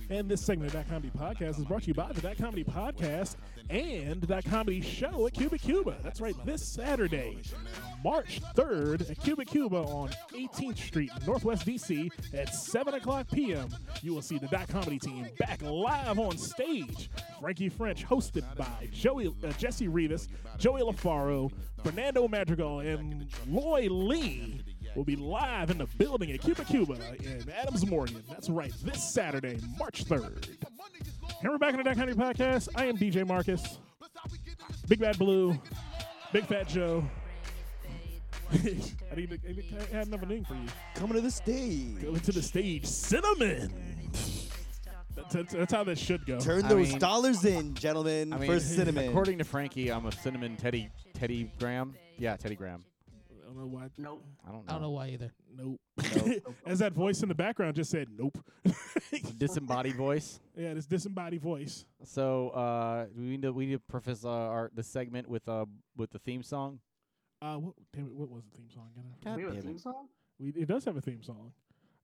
And this segment of That Comedy Podcast is brought to you by the That Comedy Podcast and That Comedy Show at Cuba Cuba. That's right, this Saturday, March 3rd at Cuba Cuba on 18th Street, Northwest DC at 7 o'clock p.m. You will see the Dot Comedy team back live on stage. Frankie French, hosted by Joey uh, Jesse Rivas, Joey LaFaro, Fernando Madrigal, and Loy Lee will be live in the building at Cuba Cuba in Adams Morgan. That's right, this Saturday, March 3rd. And we're back in the That County Podcast. I am DJ Marcus, Big Bad Blue, Big Fat Joe. I need to, I need to have another name for you.
Coming to the stage.
Go to the stage, Cinnamon. That's, that's- that's how that should go.
Turn
I
those
mean-
dollars in, gentlemen,
I mean,
for cinnamon.
According to Frankie, I'm a cinnamon Teddy Teddy Graham. Yeah, Teddy Graham.
I don't know why. Nope.
I don't know.
I don't know why either.
Nope. As that voice in the background just said, nope.
It's a disembodied voice.
yeah, this disembodied voice.
So uh, we need to we need to preface uh, our the segment with uh with the theme song.
Uh, what, damn it, what was the theme song? again?
God
We have a
damn
theme
it.
song?
We, it does have a theme song.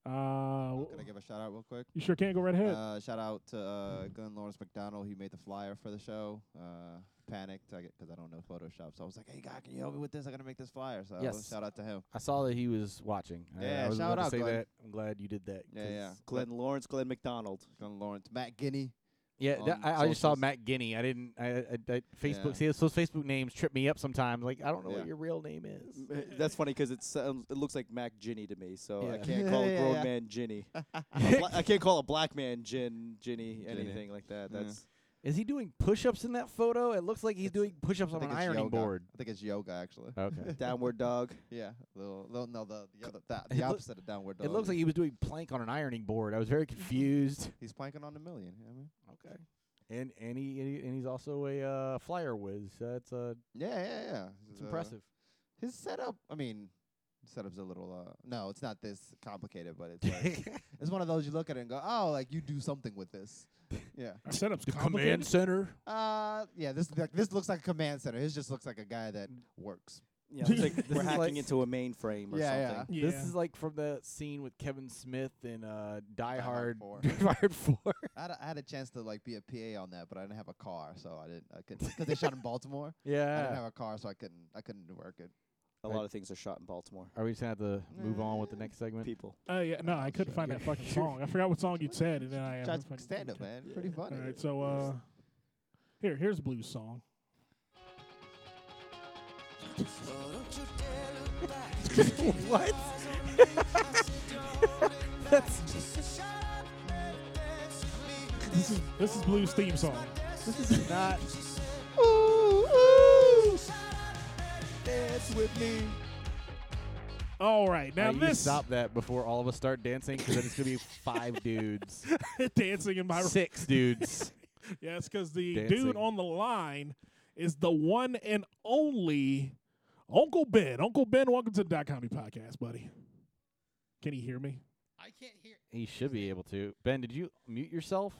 Uh,
Can I give a shout out real quick?
you sure can go right ahead.
Uh, shout out to uh, Glenn Lawrence McDonald. He made the flyer for the show. Uh, panicked because I, get- 'cause I don't know Photoshop, so I was like, "Hey, God, can you help me with this? I gotta make this flyer." So
Yes.
shout out to him.
I saw that he was watching. I- I,
Yeah,
was
shout
about to
out,
say
Glenn.
that. I'm glad you did that.
Yeah, yeah.
'cause-
Glenn Lawrence, Glenn McDonald.
Glenn Lawrence, Matt Guinea.
Yeah, that,
on
I, I just saw
socials.
Matt Guinea. I didn't. I, I, I Facebook. See,
Yeah.
those Facebook names trip me up sometimes. Like I don't know
Yeah.
what your real name is.
That's funny because it sounds, it looks like Mac Ginny to me, so
Yeah.
I can't call a
Yeah,
grown
yeah.
man Ginny. A bla- I can't call a black man Gin, Ginny, anything like that.
Yeah.
That's
Is he doing push-ups in that photo? It looks like he's doing push-ups
I
on an
think it's
ironing
yoga.
board.
I think it's yoga actually.
Okay.
downward dog.
yeah, little, little, no, the the, other, that,
it
the
loo-
opposite of downward dog.
it looks like he was doing plank on an ironing board. I was very confused.
he's planking on the million. You know what I mean?
okay. And and he and he- and he's also a uh, flyer whiz. That's uh,
Yeah, yeah, yeah.
it's
He's, uh,
impressive.
His setup, I mean, setup's a little. uh No, it's not this complicated, but it's like, it's one of those you look at it and go, "Oh, like you do something with this." Yeah.
Our setup's complicated.
center.
Uh, yeah. This like, this looks like a command center. His just looks like a guy that works.
Yeah, it's like
This
we're
is
hacking
like-
into a mainframe or
Yeah,
something.
Yeah.
This is like from the scene with Kevin Smith in uh, Die,
Die Hard
Hard.
4.
Die Hard Four.
I had, a, I had a chance to like be a PA on that, but I didn't have a car, so I didn't. I couldn't because they shot in Baltimore. I didn't
yeah.
have a car, so I couldn't. I couldn't work it.
A lot of things are shot in Baltimore.
Are we just gonna have to move on with the next segment?
People.
Uh, yeah, no, I couldn't find that fucking song. I forgot what song you said, and then I uh,
Try
fucking-
to stand up, man. Pretty funny.
All right, so uh, here, here's blues song.
what?
This is this is blues theme song.
This is not.
Dance with me.
All right, now
Now
this
stop that before all of us start dancing, because then it's gonna be five dudes,
dancing in my
six dudes.
yes, because the dude
Dancing.
on the line is the one and only Uncle Ben. Uncle Ben, welcome to the Dot Comedy Podcast, buddy. Can he hear me?
I can't hear.
He should be able to. Ben, did you mute yourself?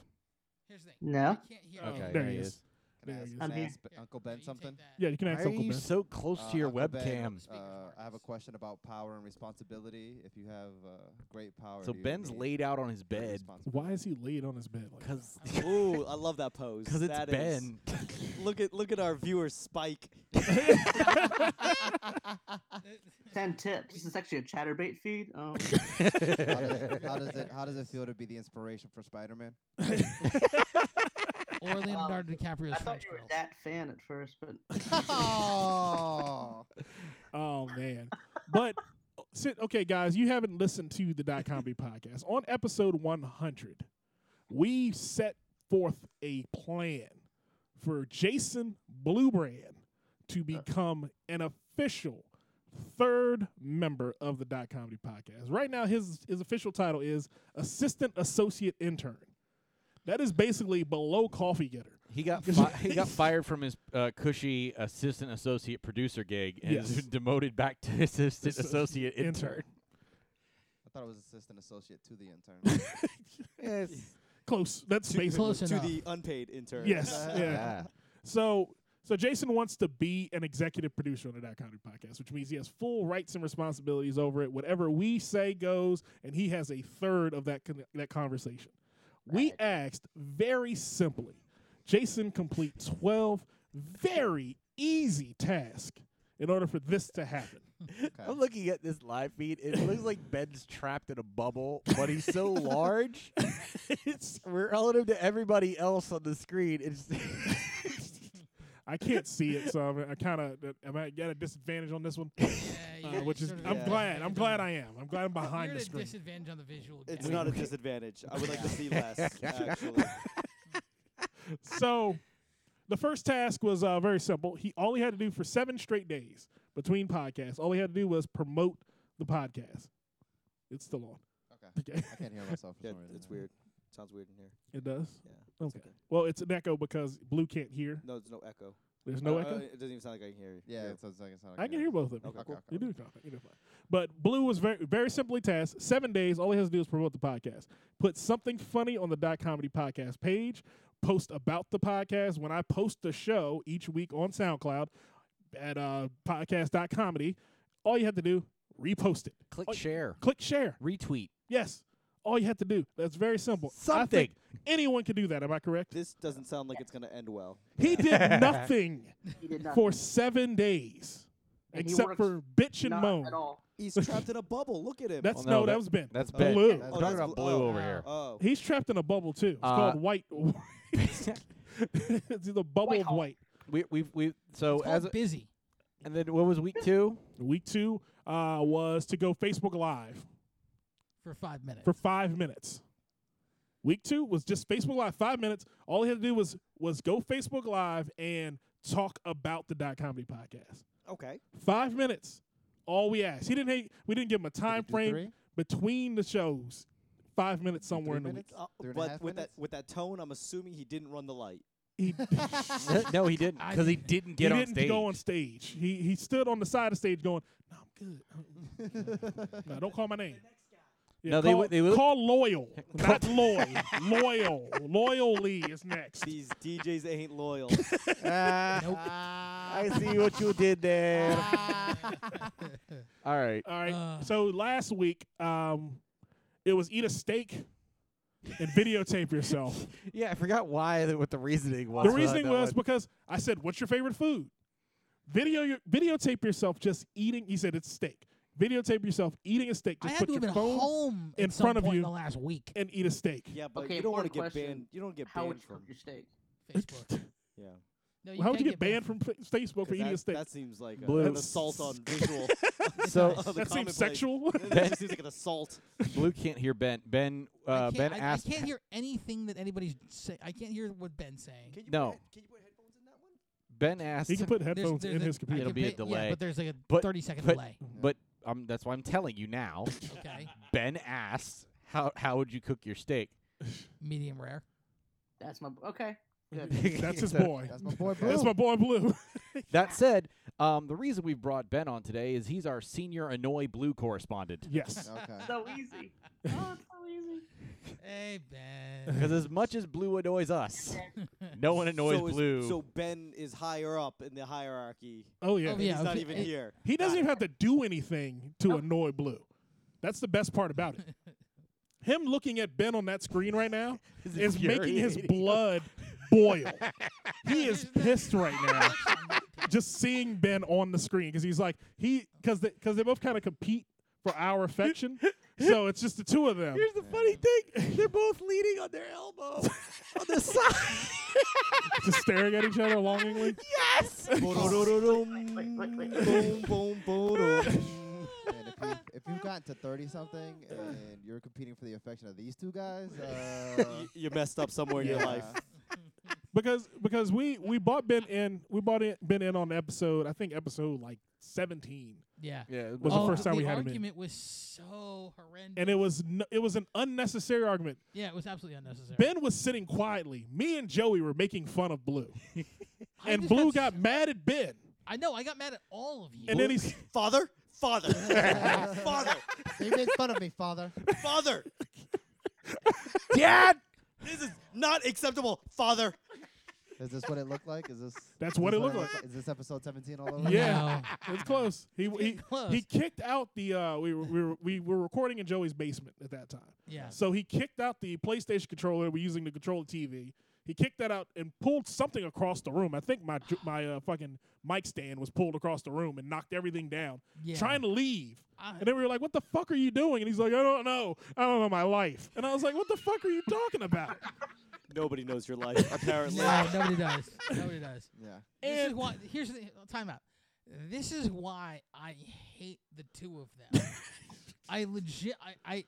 Here's the thing. I
No.
can't hear.
Okay,
anything.
there
there
he
he
is.
is.
Can I
There
ask,
he is.
I'm
can I
here.
ask B-
Yeah,
Uncle
no,
Ben
you take
something?
that.
Yeah, you can
Why
ask
are
Uncle
you
Ben.
so close
Uh,
to your
Uncle Ben,
webcam?
uh, I have a question about power and responsibility. If you have uh, great power,
So
do you
Ben's
need
laid out on his
great
bed
responsibility?
Why is he laid on his bed? Like,
because
Ooh, I love that pose.
because it's
That is-
Ben.
Look at look at our viewer Spike.
Ten tips. This is actually a ChatterBait feed. Um,
how, does, how does it how does it feel to be the inspiration for Spider-Man?
Or Leonardo
Um, I
DiCaprio's
thought
French
you were
girls.
that fan at first, but
Oh,
Oh man. But sit okay, guys, you haven't listened to the Dot Comedy podcast. On episode one hundred, we set forth a plan for Jason Bluebrand to become an official third member of the Dot Comedy podcast. Right now his his official title is Assistant Associate Intern. That is basically below coffee getter.
He got fi- he got fired from his uh, cushy assistant associate producer gig and is
Yes.
demoted back to assistant
Asso-
associate intern.
I thought it was assistant associate to the intern.
Yes.
Close. That's
To-
basically
Close
to
enough.
the unpaid intern.
Yes. Yeah. So so Jason wants to be an executive producer on the Dot Comedy podcast, which means he has full rights and responsibilities over it. Whatever we say goes, and he has a third of that con- that conversation. We asked very simply. Jason complete 12 very easy tasks in order for this to happen.
I'm looking at this live feed. It looks like Ben's trapped in a bubble, but he's so large. it's relative to everybody else on the screen. It's
I can't see it, so I'm, I kind of am I at a disadvantage on this one,
Yeah,
uh,
you're
which is
sort of
I'm
at a
glad. I'm glad I
disadvantage.
am. I'm glad I'm behind
You're
the
at a
screen.
disadvantage on the visual.
It's
gag.
not a disadvantage. I would like to see less. Actually,
so the first task was uh, very simple. He all he had to do for seven straight days between podcasts, all he had to do was promote the podcast. It's still on.
okay,
Okay.
I can't hear myself. For
yeah,
some reason.
it's weird. Sounds weird in here.
It does.
Yeah. it's
Okay. Well, it's an echo because Blue can't hear.
No, there's no echo.
There's no
Uh,
echo.
uh, It doesn't even sound like I can hear you.
Yeah, it sounds like it's not.
I can hear both of them.
Okay, cool.
You do talk. You do fine. But Blue was very very simply tasked. Seven days. All he has to do is promote the podcast. Put something funny on the dot comedy podcast page. Post about the podcast. When I post the show each week on SoundCloud at uh, podcast.comedy, all you have to do repost it.
click
Oh,
share,
Click share.
retweet.
Yes. All you have to do. That's very simple. I
Something.
think anyone can do that. Am I correct?
This doesn't sound like it's gonna end well.
He did nothing
he did not.
for seven days,
And he
except
works
for bitch and
not
moan.
at all.
He's trapped in a bubble. Look at him.
That's
Well,
no,
no,
that,
that-
was Ben.
That's Ben.
Blue.
Oh, That's
We're talking
that's
about
Bl-
blue
oh.
over here.
oh,
He's trapped in a bubble too. It's
Uh,
called white. it's the bubble
White
of
hole.
white.
We we we. So
It's
as
called
a,
busy.
and then what was week two?
Week two uh, was to go Facebook Live
for five minutes.
for five minutes. Week two was just Facebook Live, five minutes. All he had to do was was go Facebook Live and talk about the Dot Comedy podcast.
okay.
Five minutes. All we asked. He didn't. Hate, we didn't give him a time
do
frame
three?
between the shows. Five minutes somewhere in the
minutes?
Uh,
Three and a half
but with that
minutes?
with that tone, I'm assuming he didn't run the light.
week. He
no, he didn't because he didn't
he
get on
didn't
stage.
go on stage. He he stood on the side of the stage going, "No, I'm good. no, don't call my name." Yeah,
No, they
call,
would- they would-
call loyal, not Loy. loyal, loyally is next.
These DJs ain't loyal.
Nope.
Ah, I see what you did there. All right.
All right.
Uh.
so last week, um, it was eat a steak and videotape yourself.
Yeah, I forgot why the, what the reasoning was.
the
for that
reasoning was
one.
because I said, "What's your favorite food?" Video your, videotape yourself just eating. He said it's steak. Videotape yourself eating a steak.
I
Just put
had to have been
your phone
home
in
at some
front of
point
you.
in the last week.
and eat a steak.
Yeah, but
Okay,
you don't want to
important
get
question.
banned. You don't get
How would
banned
you
from.
cook your steak?
Facebook.
Yeah.
No,
How would
can
you get banned from Fa- Facebook
'Cause
for eating a
that,
steak?
that seems like a,
Blue.
an assault on visual.
So-
of the
That seems
commonplace.
sexual.
that just seems like an assault.
Blue can't hear Ben. Ben
I
uh,
can't-
Ben
I,
asked
I can't hear anything that anybody's saying. I can't hear what Ben's saying.
Can you
No.
Put, head- can you put headphones in that one?
Ben asked
he can put headphones
there's
in
a-
his
I
computer.
It'll
can
be a
fit-
delay.
Yeah, but there's like a
But-
30 second
but-
delay.
but um that's why I'm telling you now.
Okay.
ben asked how how would you cook your steak?
Medium rare.
That's my okay. Good.
That's his boy.
That's my boy Blue.
That's my boy Blue.
That said, um, the reason we've brought Ben on today is he's our senior annoy blue correspondent.
yes.
okay.
so easy. Oh, it's so easy.
Hey, Ben.
Because as much as blue annoys us, no one annoys
so is-
blue.
so Ben is higher up in the hierarchy.
Oh yeah.
Oh, yeah.
He's not
okay.
even
It-
here.
He doesn't
Got
even have to do anything to annoy Blue. That's the best part about it. Him looking at Ben on that screen right now
It's
is making his
infuriating.
blood boil. he is
There's no-
pissed right now just seeing Ben on the screen because he's like he because they, cause they both kind of compete for our affection. so it's just the two of them.
Here's the funny thing: they're both leaning on their elbow on the side.
just staring at each other longingly.
yes.
Wait, wait, wait.
boom, boom, boom.
And if you've, if you've gotten to 30 something and you're competing for the affection of these two guys, uh,
you, you messed up somewhere in your
Yeah.
life.
because because we we bought Ben in we bought in, Ben in on episode I think episode like seventeen
Yeah.
Yeah.
was
Oh,
the first time
the
we had him in,
argument was so horrendous.
and it was n it was an unnecessary argument.
yeah, it was absolutely unnecessary.
Ben was sitting quietly. Me and Joey were making fun of Blue,
I
and
just
Blue
got
got mad at Ben,
I know. I got mad at all of you.
and then he's
Father, father, father,
they make fun of me, father.
father.
Dad.
This is not acceptable, father.
Is this what it looked like? Is this?
That's
is
what
this
it looked
looked Is this episode 17 all over?
No.
yeah, it's close. He
It's
he,
close.
he kicked out the uh we were, we were we were recording in Joey's basement at that time.
yeah.
So he kicked out the PlayStation controller we're using to control the TV. He kicked that out and pulled something across the room. I think my ju- my uh, fucking mic stand was pulled across the room and knocked everything down.
Yeah.
Trying to leave,
I-
and then we were like, "What the fuck are you doing?" And he's like, "I don't know. I don't know my life." And I was like, "What the fuck are you talking about?"
Nobody knows your life, apparently.
no, nobody does. Nobody does.
Yeah.
This is
And
why. Here's the time out. This is why I hate the two of them. I legit. I, I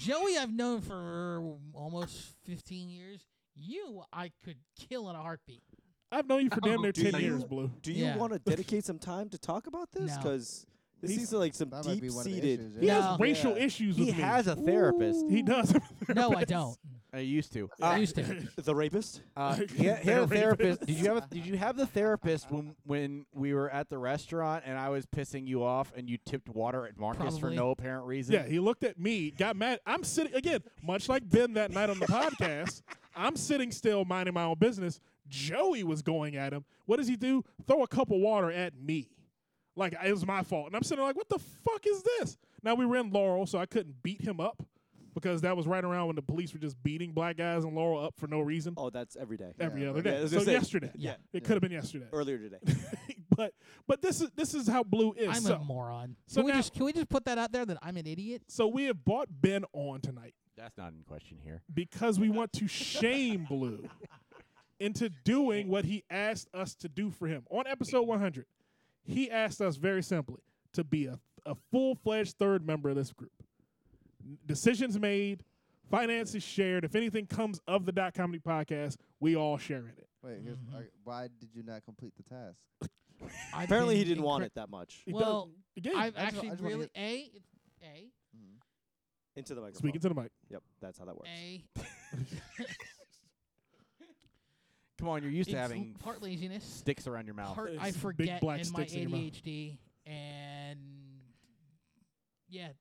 Joey, I've known for almost 15 years. You, I could kill in a heartbeat.
I've known you for damn
Oh,
near
dude.
ten years, Blue.
Do you
Yeah.
want to dedicate some time to talk about this?
No.
Because this
He's-
seems like some
That might be
deep
one of the
seated.
issues.
He
yeah.
No.
has racial
Yeah.
issues
He
with me.
has a therapist.
he does.
No, I don't.
I used to.
I
Uh,
used to.
The rapist?
Uh, he had, he had a
Rapist.
therapist. Did you have a, did you have the therapist when when we were at the restaurant and I was pissing you off and you tipped water at Marcus for
Probably.
no apparent reason?
Yeah, he looked at me, got mad. I'm sitting again, much like Ben that night on the podcast. I'm sitting still, minding my own business. Joey was going at him. What does he do? Throw a cup of water at me, like it was my fault. And I'm sitting there like, what the fuck is this? Now we were in Laurel, so I couldn't beat him up because that was right around when the police were just beating black guys in Laurel up for no reason
Oh, that's every day.
every
Yeah,
other
but-
day.
Yeah, I was
so
gonna say,
yesterday,
yeah,
it could have been yesterday.
Earlier today.
but but this is this is how blue is.
I'm
so,
a moron.
so
can we
now-
just can we just put that out there that I'm an idiot?
so we have bought Ben on tonight.
that's not in question here.
because we want to shame Blue into doing what he asked us to do for him. On episode 100, he asked us very simply to be a, a full fledged third member of this group. N- Decisions made, finances shared. If anything comes of the Dot Comedy podcast, we all share in it.
Wait, here's, uh, why did you not complete the task?
I've
Apparently,
been
he didn't want
incre-
it that much.
He does-
Well,
again,
I've
I just-
actually
I just wanna
really a a
Into the microphone.
speaking to the mic.
yep, that's how that works.
a
Come on, you're used
it's
to
l-
having
part laziness.
sticks around your mouth.
Part
It's
I
big
forget
black
and my
sticks in your mouth.
ADHD and yeah. it's-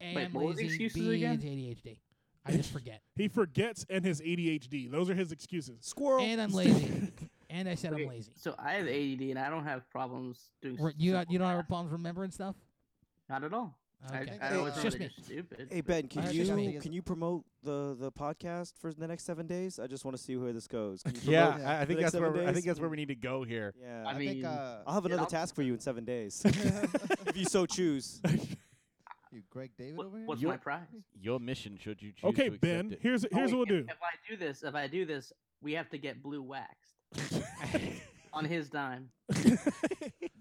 A,
Wait,
I'm
what were the
lazy.
excuses
B,
again?
it's ADHD. I just forget.
He forgets and his ADHD. Those are his excuses.
Squirrel.
and I'm lazy. and I said I'm
Wait,
lazy.
So I have ADD and I don't have problems doing.
Re- You
simple
you don't have
math.
problems remembering stuff?
Not at all.
Okay.
I, I
Hey,
always
uh,
thought
just
they
me.
were stupid.
Hey Ben, can
Alright,
you
just me.
can you promote the the podcast for the next seven days? I just want to see where this goes. Can you
Yeah,
promote-
I, I
the
think
next
that's where
seven
I think
days?
that's where we need to go here.
Yeah,
I
I-
mean,
think uh,
I'll have
yeah,
another
I'll-
task for you in seven days, if you so choose.
you Greg David
what,
over here.
what's
You-
my prize?
Your mission, should you choose
Okay,
to accept
Ben.
it.
Here's
Oh,
here's
wait,
what we'll do.
if, If I do this, if I do this, we have to get blue waxed on his dime.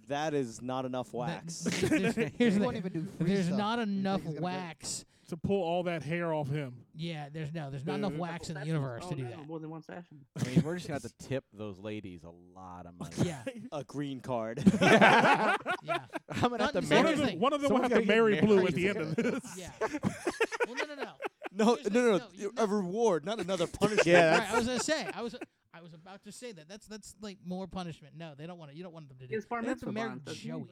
That is not enough wax.
That- there's- here's
You
the-
won't even do free
there's
stuff.
not
You think
enough
it's gonna be-
wax.
to pull all that hair off him.
Yeah, there's no, there's not enough
Dude.
wax in the
Sessions?
universe
oh,
to do
no,
that.
More than one session.
I mean, we're just gonna have to tip those ladies a lot of money.
Yeah,
A green card.
yeah,
I'm gonna have
Not-
to
not
One
marry.
of,
Here's the
them,
thing.
one of them will
Someone's
have to
gotta get
marry
married.
Blue at the end of this.
yeah. Well, no, no, no.
no,
Here's the-
no, no,
no,
no,
you-
A reward, not another punishment.
Yeah,
Right, I was gonna say, I was, I was about to say that. That's that's like more punishment. No, they don't want it. You don't want them to do.
It's bar
They have to
mitzvah
marry
bond, doesn't he?
Joey.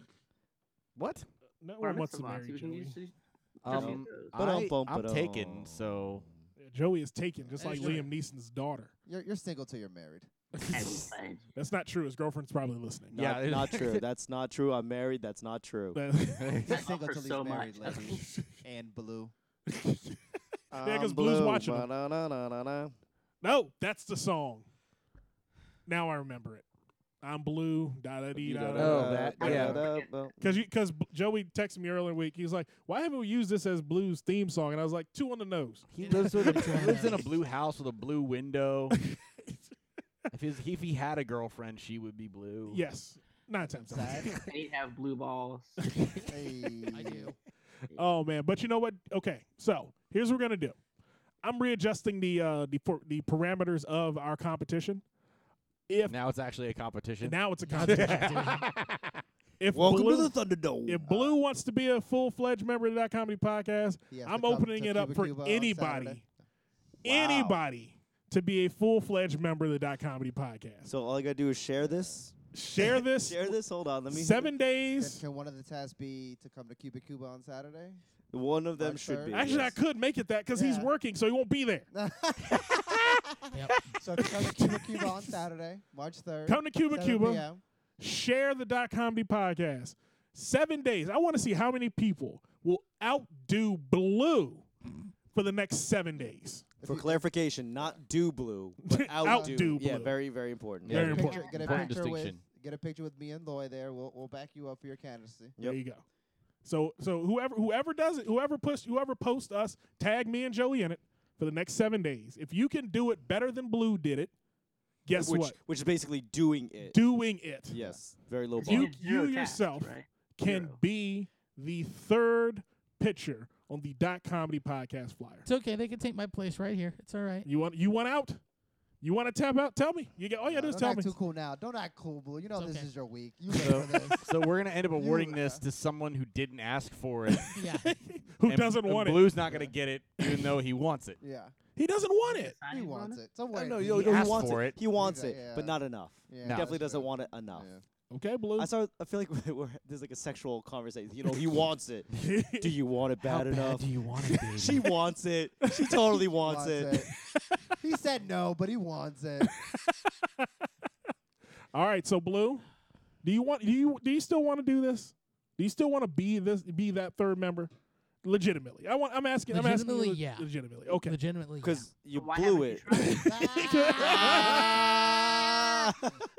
What?
No
Bar
one wants to
mitzvah
marry
bonds, you can
Joey.
use these- Just
Um,
use those.
I,
Ba-dum-bum,
I'm taken,
ba-dum.
so
Yeah, Joey is taken, just
That
like
is true.
Liam Neeson's daughter.
You're, you're single till you're married.
Everybody.
That's not true. His girlfriend's probably listening.
Yeah,
Not,
it-
not true. That's not true. I'm married. That's not true.
That-
You're
I
single
offer
till he's
so
married,
much.
ladies. and blue.
Yeah, 'cause Blue's watching 'em.
Ba-na-na-na-na.
no, that's the song. Now I remember it. I'm blue. Da da dee da.
Oh, that-
yeah.
Because because Joey texted me earlier in the week. He's like, "Why haven't we used this as Blue's theme song?" And I was like, two on the nose."
he
Yeah.
lives with a
Yeah.
he lives in a blue house with a blue window. if his if he had a girlfriend, she would be blue.
Yes, nine times. out of ten.
And he'd have blue balls.
I do.
Oh man, but you know what? Okay, so here's what we're gonna do. I'm readjusting the uh, the for, the parameters of our competition. If
Now it's actually a competition.
and now it's a competition. if blue,
Thunderdome.
if blue wants to be a full fledged member of that comedy podcast, I'm opening it up for anybody, anybody to be a full fledged member of the dot comedy podcast.
So all I gotta do is share this.
share this
Share this. Hold on. Let me.
seven
Can,
days.
can one of the tasks be to come to Cuba Cuba on Saturday?
One of them
Like
should
third?
be.
Actually, I
yes.
could make it that because he's
Yeah.
working, so he won't be there.
Yep.
So if you come to Cuba Cuba on Saturday, March 3rd.
Come to Cuba,
7
Cuba.
PM,
share the dot comedy podcast. Seven days. I want to see how many people will outdo Blue for the next seven days.
For clarification, not do blue, but outdo.
Outdo
Yeah,
blue.
very, very important.
Yeah.
Get
Very
a picture,
important.
get a
Important
picture with
distinction.
get a picture with me and Loy there. We'll we'll back you up for your candidacy.
There you go. So so whoever whoever does it, whoever push whoever posts us, tag me and Joey in it for the next seven days. If you can do it better than Blue did it, guess
which,
what?
Which is basically doing it.
Doing it
yes. Very low bar.
You-
It's zero
you
tax,
yourself
right?
can
Zero.
be the third pitcher on the dot comedy podcast flyer.
It's okay. They can take my place right here. It's all right.
You want you want out? You want to tap out? Tell me. You get all you gotta
Uh,
do is
don't
tell
act
me.
too cool now. Don't act cool, Blue. You know
It's
this
okay.
is your week. You ready for this.
so we're gonna end up awarding this
uh,
to someone who didn't ask for it.
Yeah.
Who
and-
doesn't
and
want it?
Blue's not gonna get it, even though he wants it.
Yeah.
He doesn't want it.
Sign
He
his
wants
honor.
it. Don't worry.
no,
He
yo,
he
no,
asked
he wants
for
it.
it.
He wants
got-
it,
yeah.
but not enough. He
Yeah,
definitely
that's
doesn't
true.
want it enough.
Yeah.
Okay, Blue.
I saw. I feel like we're, we're- there's like a sexual conversation. You know, he wants it. do you want it bad enough?
you want it,
she wants it. She totally wants, it.
it. he said no, but he wants it.
all right, so Blue, do you want do you do you still want to do this? Do you still want to be this be that third member? Legitimately, I want. I'm asking. I'm asking. you
Legitimately,
le-
yeah.
Legitimately, okay.
Legitimately. yeah.
Because you
Why
blew
haven't
it.
you tried
Ah!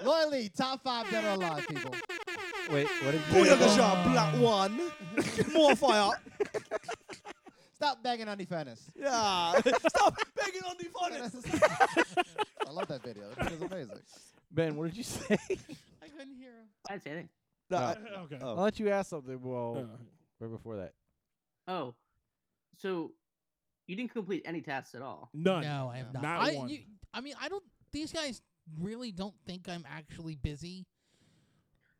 Loyally, top five dead or alive people.
Wait, what did
Booyakasha, black one. More fire.
Stop banging on the fairness.
Yeah. Stop begging on the finance.
I love that video. It was amazing.
Ben, what did you say? Uh,
I couldn't hear him.
I didn't say anything.
No, I-
okay.
oh.
I'll let you ask something. Well,
Uh,
right before that.
Oh, so you didn't complete any tasks at all.
none.
No, I have
Yeah.
not.
Not
I,
one.
You, I mean, I don't. These guys really don't think I'm actually busy,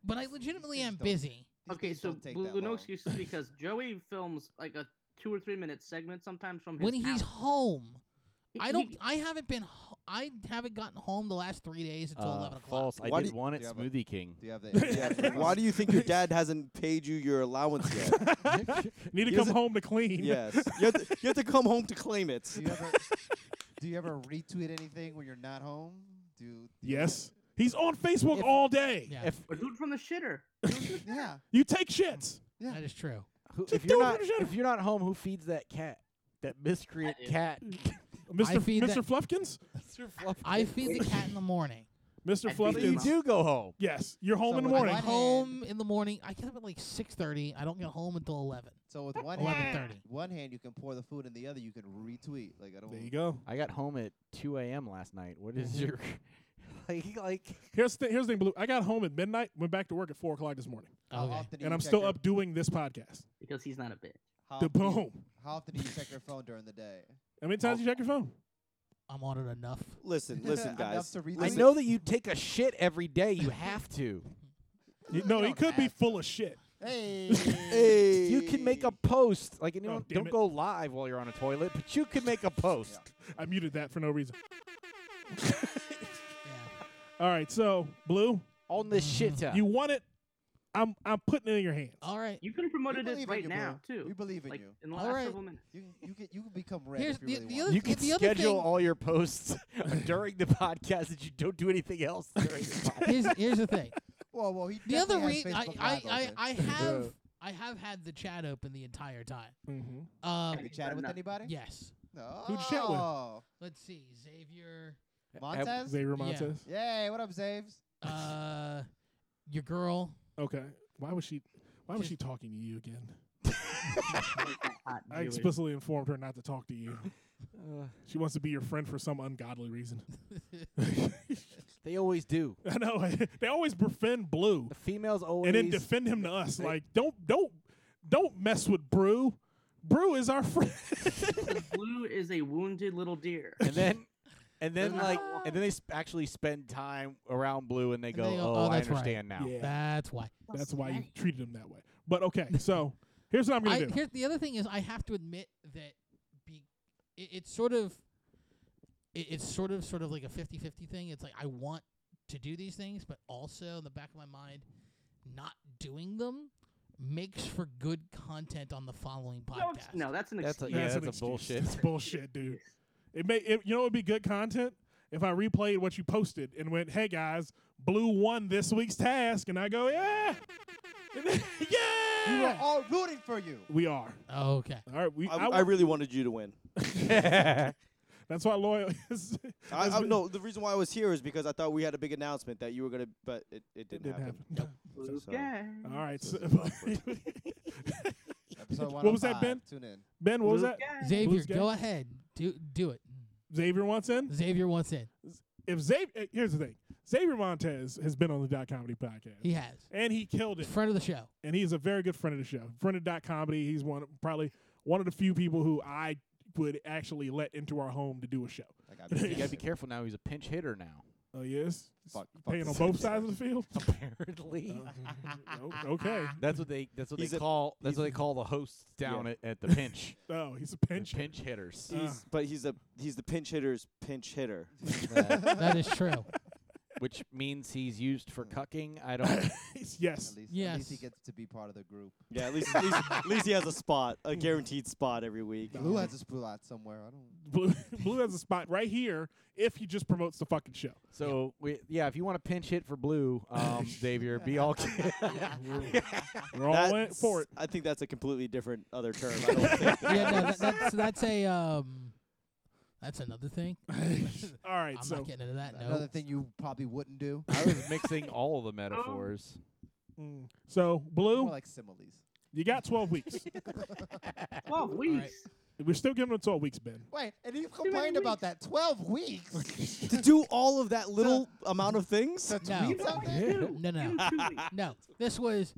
but I legitimately
things
am
don't-
busy.
These
okay,
things
so
don't take
Blue,
that
no
long.
excuses because Joey films like a two or three minute segment sometimes from his
When he's
house.
home,
He-
I
he-
don't. I haven't been. ho- I haven't gotten home the last three days until
Uh,
eleven o'clock.
false. I
Why
did
do-
want it,
Yeah, but-
Smoothie King.
Do you have the?
Yeah, Why do you think your dad hasn't paid you your allowance yet?
Need to
He
come
doesn't-
home to clean.
yes. You have, to, you have to come home to claim it.
Do you ever? Do you ever retweet anything when you're not home? Do you-
Yes. He's on Facebook
If-
all day.
Yeah,
If
Dude from the shitter.
Yeah.
You take shits.
Yeah.
that is true.
Who,
Just
if
don't
you're not
finish it.
if you're not home, who feeds that cat? That miscreant
I do.
cat.
Mr.
feed
Mr.
that-
Fluffkins?
Mr. Fluff.
I feed the cat in the morning.
Mr.
I feed
Fluffkins.
him
you
Fluffkins.
do go home.
Yes, you're home
So
in the
when I
morning.
I'm
One
home in the morning. I get up at like six thirty. I don't get home until eleven.
So with one
Eleven
hand,
thirty.
one hand you can pour the food, and the other you can retweet. Like I don't.
There you go.
I got home at 2 a.m. last night. What is your like? Like
Here's the here's the thing, Blue. I got home at midnight, went back to work at four o'clock this morning,
How
Okay.
often do
and
you
I'm
check
still
your-
up doing this podcast.
because he's not a bitch.
How
The
often do you-
boom.
How often do you check your phone during the day?
How many times you check your phone?
I'm on it enough.
Listen, listen,
Enough
guys.
to read
I
the-
know that you take a shit every day. You have to.
You- no, he
don't
could be
have
full of shit.
Hey.
Hey.
You can make a post. Like you
Oh,
don't,
damn
don't
it.
go live while you're on a toilet, but you can make a post.
I muted that for no reason.
Yeah.
All right, so Blue,
On this shit time.
you want it? I'm I'm putting it in your hands.
All right.
You could
We
have promoted this
believe in
right
you,
now
bro.
too.
We believe in
like
you.
in the
All
last
right.
couple minutes.
You can you can you can become red
Here's
if you
the-
really
the
want.
other-
You can
the other
schedule
thing-
all your posts during the podcast that you don't do anything else during the podcast.
Here's here's the thing.
Whoa, whoa, he
The other
definitely
reason
has
I
Facebook
I,
Live
I,
open.
I have I have had the chat open the entire time.
Mm-hmm.
Um.
Have you chatted with
Not-
anybody?
Yes.
No.
Who'd you chat with?
Let's see. Xavier.
Montez?
Xavier
Yeah.
Montes.
Yay, what up, Zaves?
Uh. Your girl.
Okay, why was she? Why was she talking to you again?
Hot
I
Jewish.
explicitly informed her not to talk to you.
Uh,
She wants to be your friend for some ungodly reason.
they always do.
I know. they always befriend Blue
The females always.
and then defend him to us.
they-
Like, don't don't don't mess with Brew. Brew is our friend.
Blue is a wounded little deer.
and then and then
Doesn't
like
matter.
and then they sp- actually spend time around blue and they
And
go
they go,
oh,
"Oh,
i
that's right."
understand now
Yeah.
That's why.
That's why you treated him that way. But okay, so here's what I'm
I,
gonna do.
here's the other thing is I have to admit that be, it, it's sort of it, it's sort of sort of like a 50-50 thing. It's like I want to do these things, but also in the back of my mind, not doing them makes for good content on the following
No,
podcast.
it's- no, that's an
That's a-
excuse.
yeah,
an
that's a
excuse.
bullshit.
That's bullshit, dude. It may it, you know it'd be good content if I replayed what you posted and went, "Hey guys, Blue won this week's task," and I go, "Yeah,
We were
yeah,
all rooting for you.
we are."
Okay.
All right, we.
I,
I,
I really wanted you to win.
that's why loyal. Is,
I,
has
I,
been-
no, the reason why I was here is because I thought we had a big announcement that you were gonna, but it, it
it
didn't,
didn't happen. Nope.
Blue
sorry.
guy.
All right.
So
so-
Episode
What was that,
105.
Ben?
Tune in.
ben, what was
Blue
that?
guy.
Xavier,
Blue's
go
game?
ahead. Do do it.
Xavier wants in.
Xavier wants in.
If Xavier, here's the thing: Xavier Montez has been on the Dot Comedy podcast,
He has.
and he killed it.
Friend of the show.
and he's a very good friend of the show. Friend of Dot Comedy. He's one probably one of the few people who I would actually let into our home to do a show.
Like, I
You
you gotta be
babysit.
careful now he's a pinch hitter now
Oh yes,
Fuck- fuck
paying on
this
both
guy.
sides of the field.
apparently
Oh, okay.
that's what they that's what
He's
they
a-
call that's
he's
what
a-
they call the hosts down at, at the pinch
Oh, he's a
The
pinch.
pinch hitters
Uh.
He's, but he's a he's the pinch hitter's pinch hitter.
That is true.
which means he's used for cucking i don't
yes.
At least, at
Yes.
least he gets to be part of the group.
Yeah, at least, at least at least he has a spot, a guaranteed spot every week.
Blue has his blue light somewhere. I don't.
Blue, Blue has a spot right here if he just promotes the fucking show.
so we, yeah if you want to pinch hit for blue um xavier be all
We're all in
That's-
for it.
I think that's a completely different other term. I don't think.
yeah, no, that, that's that's a um that's another thing.
All right,
I'm
so
not getting into that. No.
Another thing you probably wouldn't do.
i was mixing all of the metaphors
mm, so
More
Blue,
like similes.
you got 12 weeks.
Twelve weeks.
We're still giving him 12 weeks, Ben.
Wait, and you complained about that. 12 weeks?
to do all of that little amount of things.
the
No.
tweets out there?
Two.
No, no,
Give him two weeks.
no. This was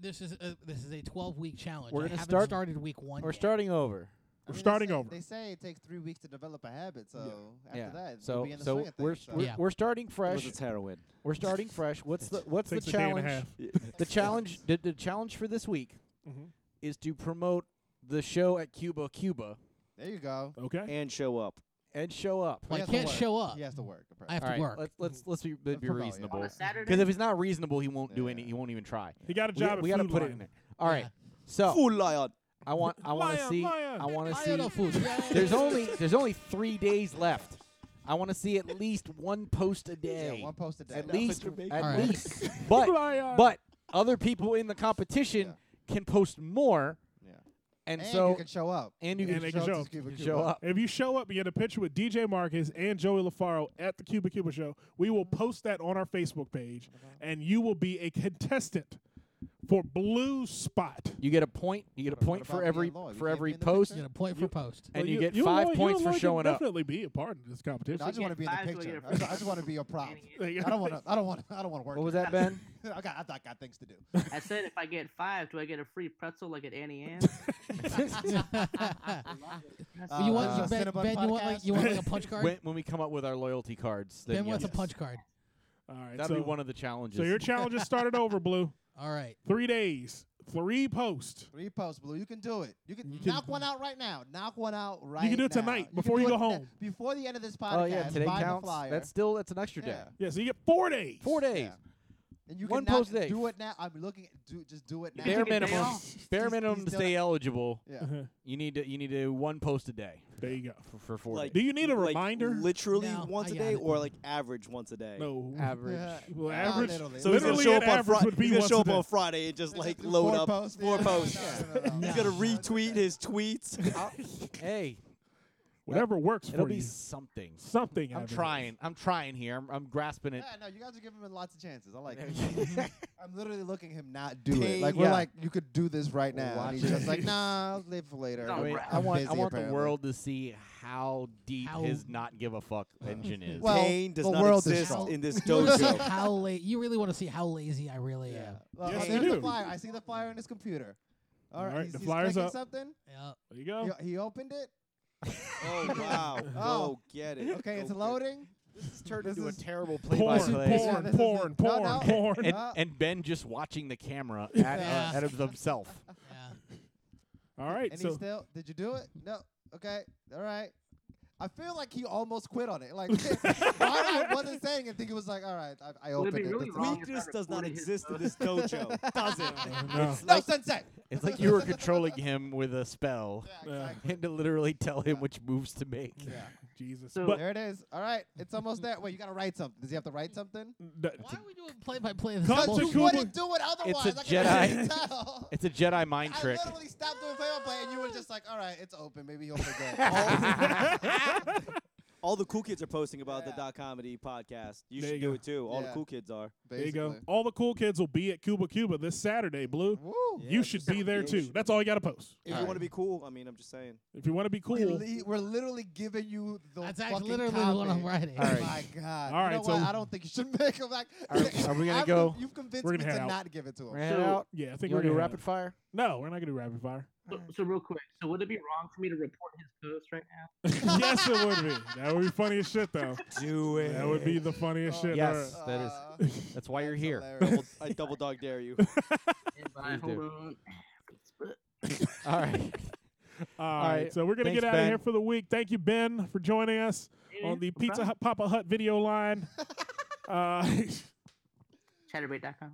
this is a, this is a 12 week challenge.
We're
I
gonna
haven't
start-
started week one.
we're
yet.
starting
I
We're
over
mean, they
starting
say-
over.
They say it takes three weeks to develop a habit, so after
yeah.
that,
so
you'll be in the
so
swing of
we're,
things, so.
we're,
Yeah.
we're starting fresh.
Was its heroin?
We're starting fresh. What's the what's the
Takes a day and a
challenge?
half.
The challenge the, the challenge for this week
Mhm.
is to promote the show at Cuba Cuba
There you go.
Okay.
And show up.
and show up.
Well, I
He has to
can't
work.
show up.
He has to work.
I have
All
to
right,
work.
let's let's let's be,
Let's
be
promote, yeah.
On
reasonable.
a Saturday.
Because if it's not reasonable, he won't do any.
Yeah.
He won't even try.
He got a
We,
job
we
at
gotta
Food
put it
Lion.
in there. All right.
Yeah.
So
Fool lion.
I want I want to
Lion,
see
lion.
I want to
I
see.
don't know food.
There's only there's only three days left. I want to see at least one post a
Yeah,
day.
one post a day.
at least
Jamaica.
at
All right.
least. But
Lion.
But other people in the competition can post more.
Yeah.
And,
And,
so
you can show up.
and you
And
can
they
show,
can show up.
to Cuba
you can
Cuba.
show up.
If you show up and get a picture with DJ Marcus and Joey LaFaro at the Cuba Cuba show, we will post that on our Facebook page, and you will be a contestant for Blue Spot.
You get a point. You get a
What
point
about
for
me and
every
Lloyd? We
for
can't
every
be in the
post,
Get a point for post.
and
Well,
you, get
and
five
Lloyd- you
points
and
for
Lloyd
showing
can
up.
Definitely be a part of this competition.
No, I just
Yeah,
want to be in the
five's gonna
picture.
get a
I just,
free-
want to be a prop.
There you
I
go.
don't want to. I don't want. I don't want to work.
What was that, Ben?
I got. I got- got things to do.
I said if I get five, do I get a free pretzel like at Annie Ann's?
Uh,
you want
uh,
you, ben,
Cinnabon
ben, you want like you
podcast?
want like a punch card?
when, when we come up with our loyalty cards, then
ben wants
yes.
a punch card.
All right,
That'll
so,
be one of the challenges.
so your challenge has started over, Blue.
All right.
Three days, three posts.
Three posts, Blue. You can do it. You can
You can-
knock one out right now. Knock one out right.
do it
now.
tonight,
can
before
do
you
it
go
tonight,
home.
Before the end of this podcast.
oh yeah, today
buy
counts.
The flyer.
That's still that's an extra day.
Yeah.
Yeah, so you get four days.
Four days.
Yeah. And you
One
can now
post day.
Do it now. I'm looking. At, do just do it now.
Bare
take a day
minimum.
off.
Bare
He's-
minimum
he's
to
doing
stay
it.
eligible.
Yeah.
Uh-huh.
You need to you need to one post a day
There you go.
for, for four
Like-
Do
days.
you need a
Like,
reminder?
Literally
No,
once
I
a
got
day,
it.
or like average once a day.
no.
average.
Yeah.
Well,
Ah,
average.
literally.
So he's gonna
literally
show
an
up on
average
Friday.
would be
He's gonna
once
show
a
up
day.
on Friday and just
Just
like
do
load
four
up
posts.
four
Yeah, no, no,
posts.
no, no, no.
He's
Yeah.
gonna
No,
retweet his tweets.
Hey,
Whatever works
it'll
for
be
you.
something.
Something.
I'm
average.
trying. I'm trying here. I'm, I'm grasping it.
Yeah, no, you guys are giving him lots of chances. I like
There
it. I'm literally looking him not do
Dang.
it. Like we're
Yeah.
like, you could do this right now.
Watch
and
it.
he's just like, nah, I'll live for later.
I
I,
Oh,
mean,
right.
I
I'm
want I
busy,
want the
apparently.
world to see how deep
How-
his not give a fuck engine is.
Well,
Kane does
the
not
world is
exist
strong.
in this
You wanna
Oh,
see
dojo.
how la- you really want to see how lazy I really
Yeah.
am.
Well,
Yes,
oh,
you
there's
do.
the flyer. I see the flyer on his computer. All right,
Alright,
he's,
the
he's
flyer's
clicking
up.
something.
Yeah.
There you go.
He, he opened it.
oh wow!
Oh.
Go get it.
Okay,
Go
it's
get it.
loading.
This turned
this
into a
is-
terrible
Porn,
play-by-play.
Yeah,
porn,
this is
porn,
it.
porn,
No, no.
porn.
And,
Ah.
and Ben just watching the camera at,
Yeah.
uh, at of himself.
Yeah.
All right.
And he
So
still did you do it? No. Okay. All right. I feel like he almost quit on it. Like why I wasn't saying anything. He was like, all right, I, I
Would it
opened
be
it.
really
That's
wrong
all."
if
Weakness
I
does not
recorded his
exist in
post?
this dojo. Does it?
no.
No sensei.
It's like you were controlling him with a spell
Yeah,
Yeah.
exactly.
and to literally tell him which moves to make.
Yeah.
Jesus.
So-
but
There it is. All right. It's almost there. Wait, you gotta write something. Does he have to write something?
d-
Why are we doing play by play?
Cut to
You
Cuba.
wouldn't do it otherwise.
It's a
I can already
Jedi.
tell.
It's a Jedi mind
I
trick.
literally stopped doing play by play, and you were just like, "All right, it's open. Maybe he'll forget."
All the cool kids are posting about the
Yeah.
dot comedy podcast. You
There
should
you
do
go.
it too. All the
Yeah.
cool kids are.
there you go. All the cool kids will be at Cuba Cuba this Saturday, Blue.
Woo.
you should be there
you
too.
should
That's all you got to post.
If you
Alright.
want to be cool, I mean, I'm just saying.
If you want to be cool.
We li- We're literally giving you the
That's
fucking
actually literally what I'm
topic.
writing.
All right.
My God.
All
you know
right,
what?
so-
I don't think you should make him like.
Are- are we gonna
I've
go-
con- You've convinced
We're
me
gonna
to
head out.
not give it to him.
Ran
So-
out.
yeah, I think
You
we're
want to do
gonna
rapid
have-
fire?
No, we're not gonna do rapid fire.
So, so real quick, so would it be wrong for me to report his post right now?
yes, it would be. That would be funny as shit, though.
Do
That would be the funniest shit.
Oh, Yes.
ever.
That is-
is.
That's why you're here.
Double, I double dog dare you.
And by-
Please do.
hold on. Facebook.
All right.
All right,
right.
so we're gonna
Thanks,
get out of
Ben.
here for the week. Thank you, Ben, for joining us
Yeah,
on the
no
Pizza
problem.
Hut Papa Hut video line. uh,
Chatterbait.com.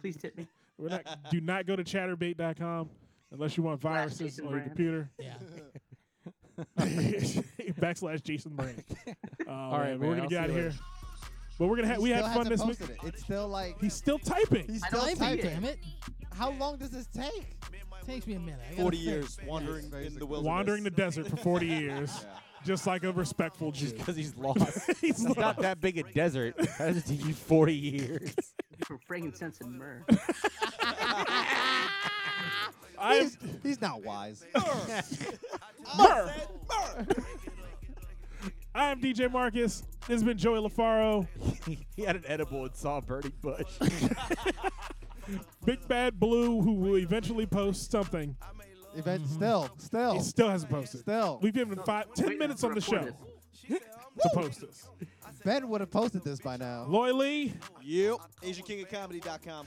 Please tip me.
we're not. Do not go to chatterbait.com unless you want viruses
Jason
on your
Brand.
computer.
Yeah.
Backslash Jason Brand. All we're
right, man,
gonna
I'll see
get out of
you
here.
later.
But we're gonna ha- we had fun this week.
It. It's still like.
He's still typing.
He's
I don't
still
think
typing.
it-
Damn it.
How long does this take?
Takes me a minute. I gotta
40
think.
years wandering in
Basically.
the wilderness.
Wandering the desert for 40 years, just like a respectful Jew.
Just because he's lost.
He's
It's
lost.
not that big a desert. That doesn't take you 40 years.
For frankincense and myrrh.
I'm
He's, he's not wise.
Murr. I'm DJ Marcus. This has been Joey LaFaro.
he had an edible and saw a burning bush.
Big Bad Blue, who will eventually post something.
Event still, still,
He still hasn't posted.
still.
We've given him five, ten
Wait,
minutes on the show
report
to post this.
ben would have posted this by now.
Loy Lee,
Yep. AsianKingOfComedy.com.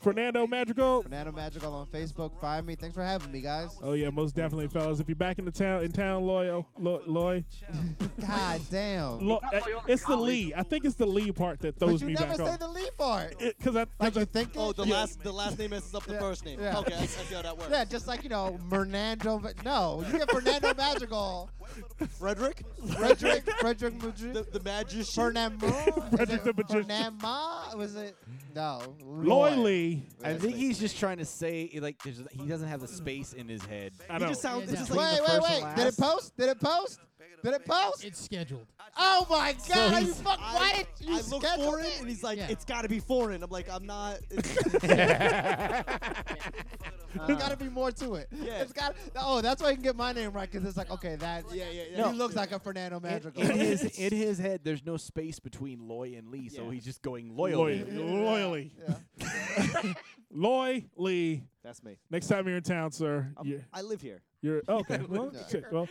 Fernando Madrigal.
Banana Magical on Facebook. Find me. Thanks for having me, guys.
Oh yeah, most definitely, fellas. If you're back in the town, in town, Loy, oh, Lo- Loy,
God damn.
Lo- uh, it's the Lee. I think it's the Lee part that
but
throws
you
me
never
back
say
off.
the leaf part.
Because I,
Like
'cause
you
I
think
Oh,
it?
the
yeah.
last the last name messes up the
Yeah,
first name.
yeah.
Okay, I, I see how that works.
Yeah, just like you know, Fernando. No, you get Fernando Madrigal,
Frederick,
Frederick, Frederick
the,
Madrigal,
the magician.
Fernando,
Frederick the magician.
Fernando. Was it no?
Loy
Loy.
Lee. say.
I think he's just trying to say like there's, he doesn't have the space in his head.
I
He
don't.
just sounds.
Yeah,
it's just
no.
like
Wait,
the
wait,
first and
wait! Did it
last.
post? Did it post? Did it post?
It's scheduled.
Oh my God! are you
he's-
fuck,
I-
why did you
I look
schedule
foreign,
it?
and he's like,
Yeah.
"It's got to be foreign." I'm like, "I'm not." It's,
There's got to be more to it.
Uh-huh. Yeah.
It's got. Oh, that's why you can get my name right because it's like, okay, that.
yeah, yeah, yeah.
No.
He looks like a Fernando
in,
Madrigal.
in his in his head, there's no space between Loy and Lee, so
Yeah.
he's just going
Loyally. Loyally.
loyally.
Yeah.
Loyally.
That's me.
Next time you're in town, sir,
I'm-
you're,
I live here.
you're oh, okay. Well,
Yeah.
shit, well,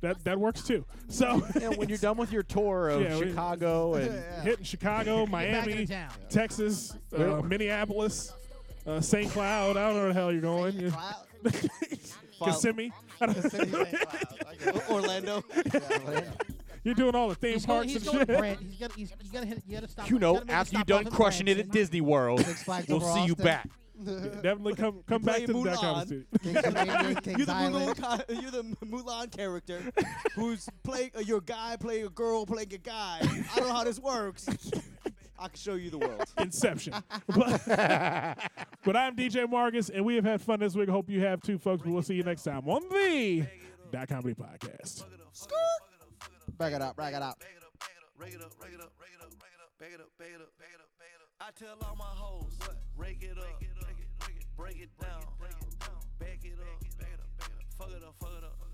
that that works too. So
And when you're done with your tour of
Yeah, we-
Chicago and
Yeah.
hitting Chicago,
Back into
Miami,
town.
Texas, uh,
Well-
Minneapolis, uh, St. Cloud. I don't know where the hell you're going. You-
Wow.
Kissimmee. I don't-
Orlando.
You're doing all the theme
He's going,
parks
he's going
and
to
shit.
Brent. He's got, he's, you gotta hit, you gotta stop.
you know,
gotta make a
after you're
stop
done
off in
crushing it at
Branson.
Disney World,
Six Flags
we'll
over
see you
Austin.
back.
Definitely come come back
play
to the
Mulan.
Duck Studio.
Kings Dominion,
You're
Kings
the, Mulan,
Island.
ki- you're the Mulan character who's playing uh, your guy playing a girl playing a guy. I don't know how this works. I can show you the world.
Inception. but, but I'm DJ Marcus, and we have had fun this week. Hope you have too, folks. But we'll see you next time on the Dot Comedy Podcast.
Back it up, back it up.
Break it up, break it up, break it up, break it up, break it up, break it up, break it up, break it up. I tell all my hoes, break it up, break it, break it, break it down, break it down, back it up, back it up, back it up, fuck it up, fuck it up.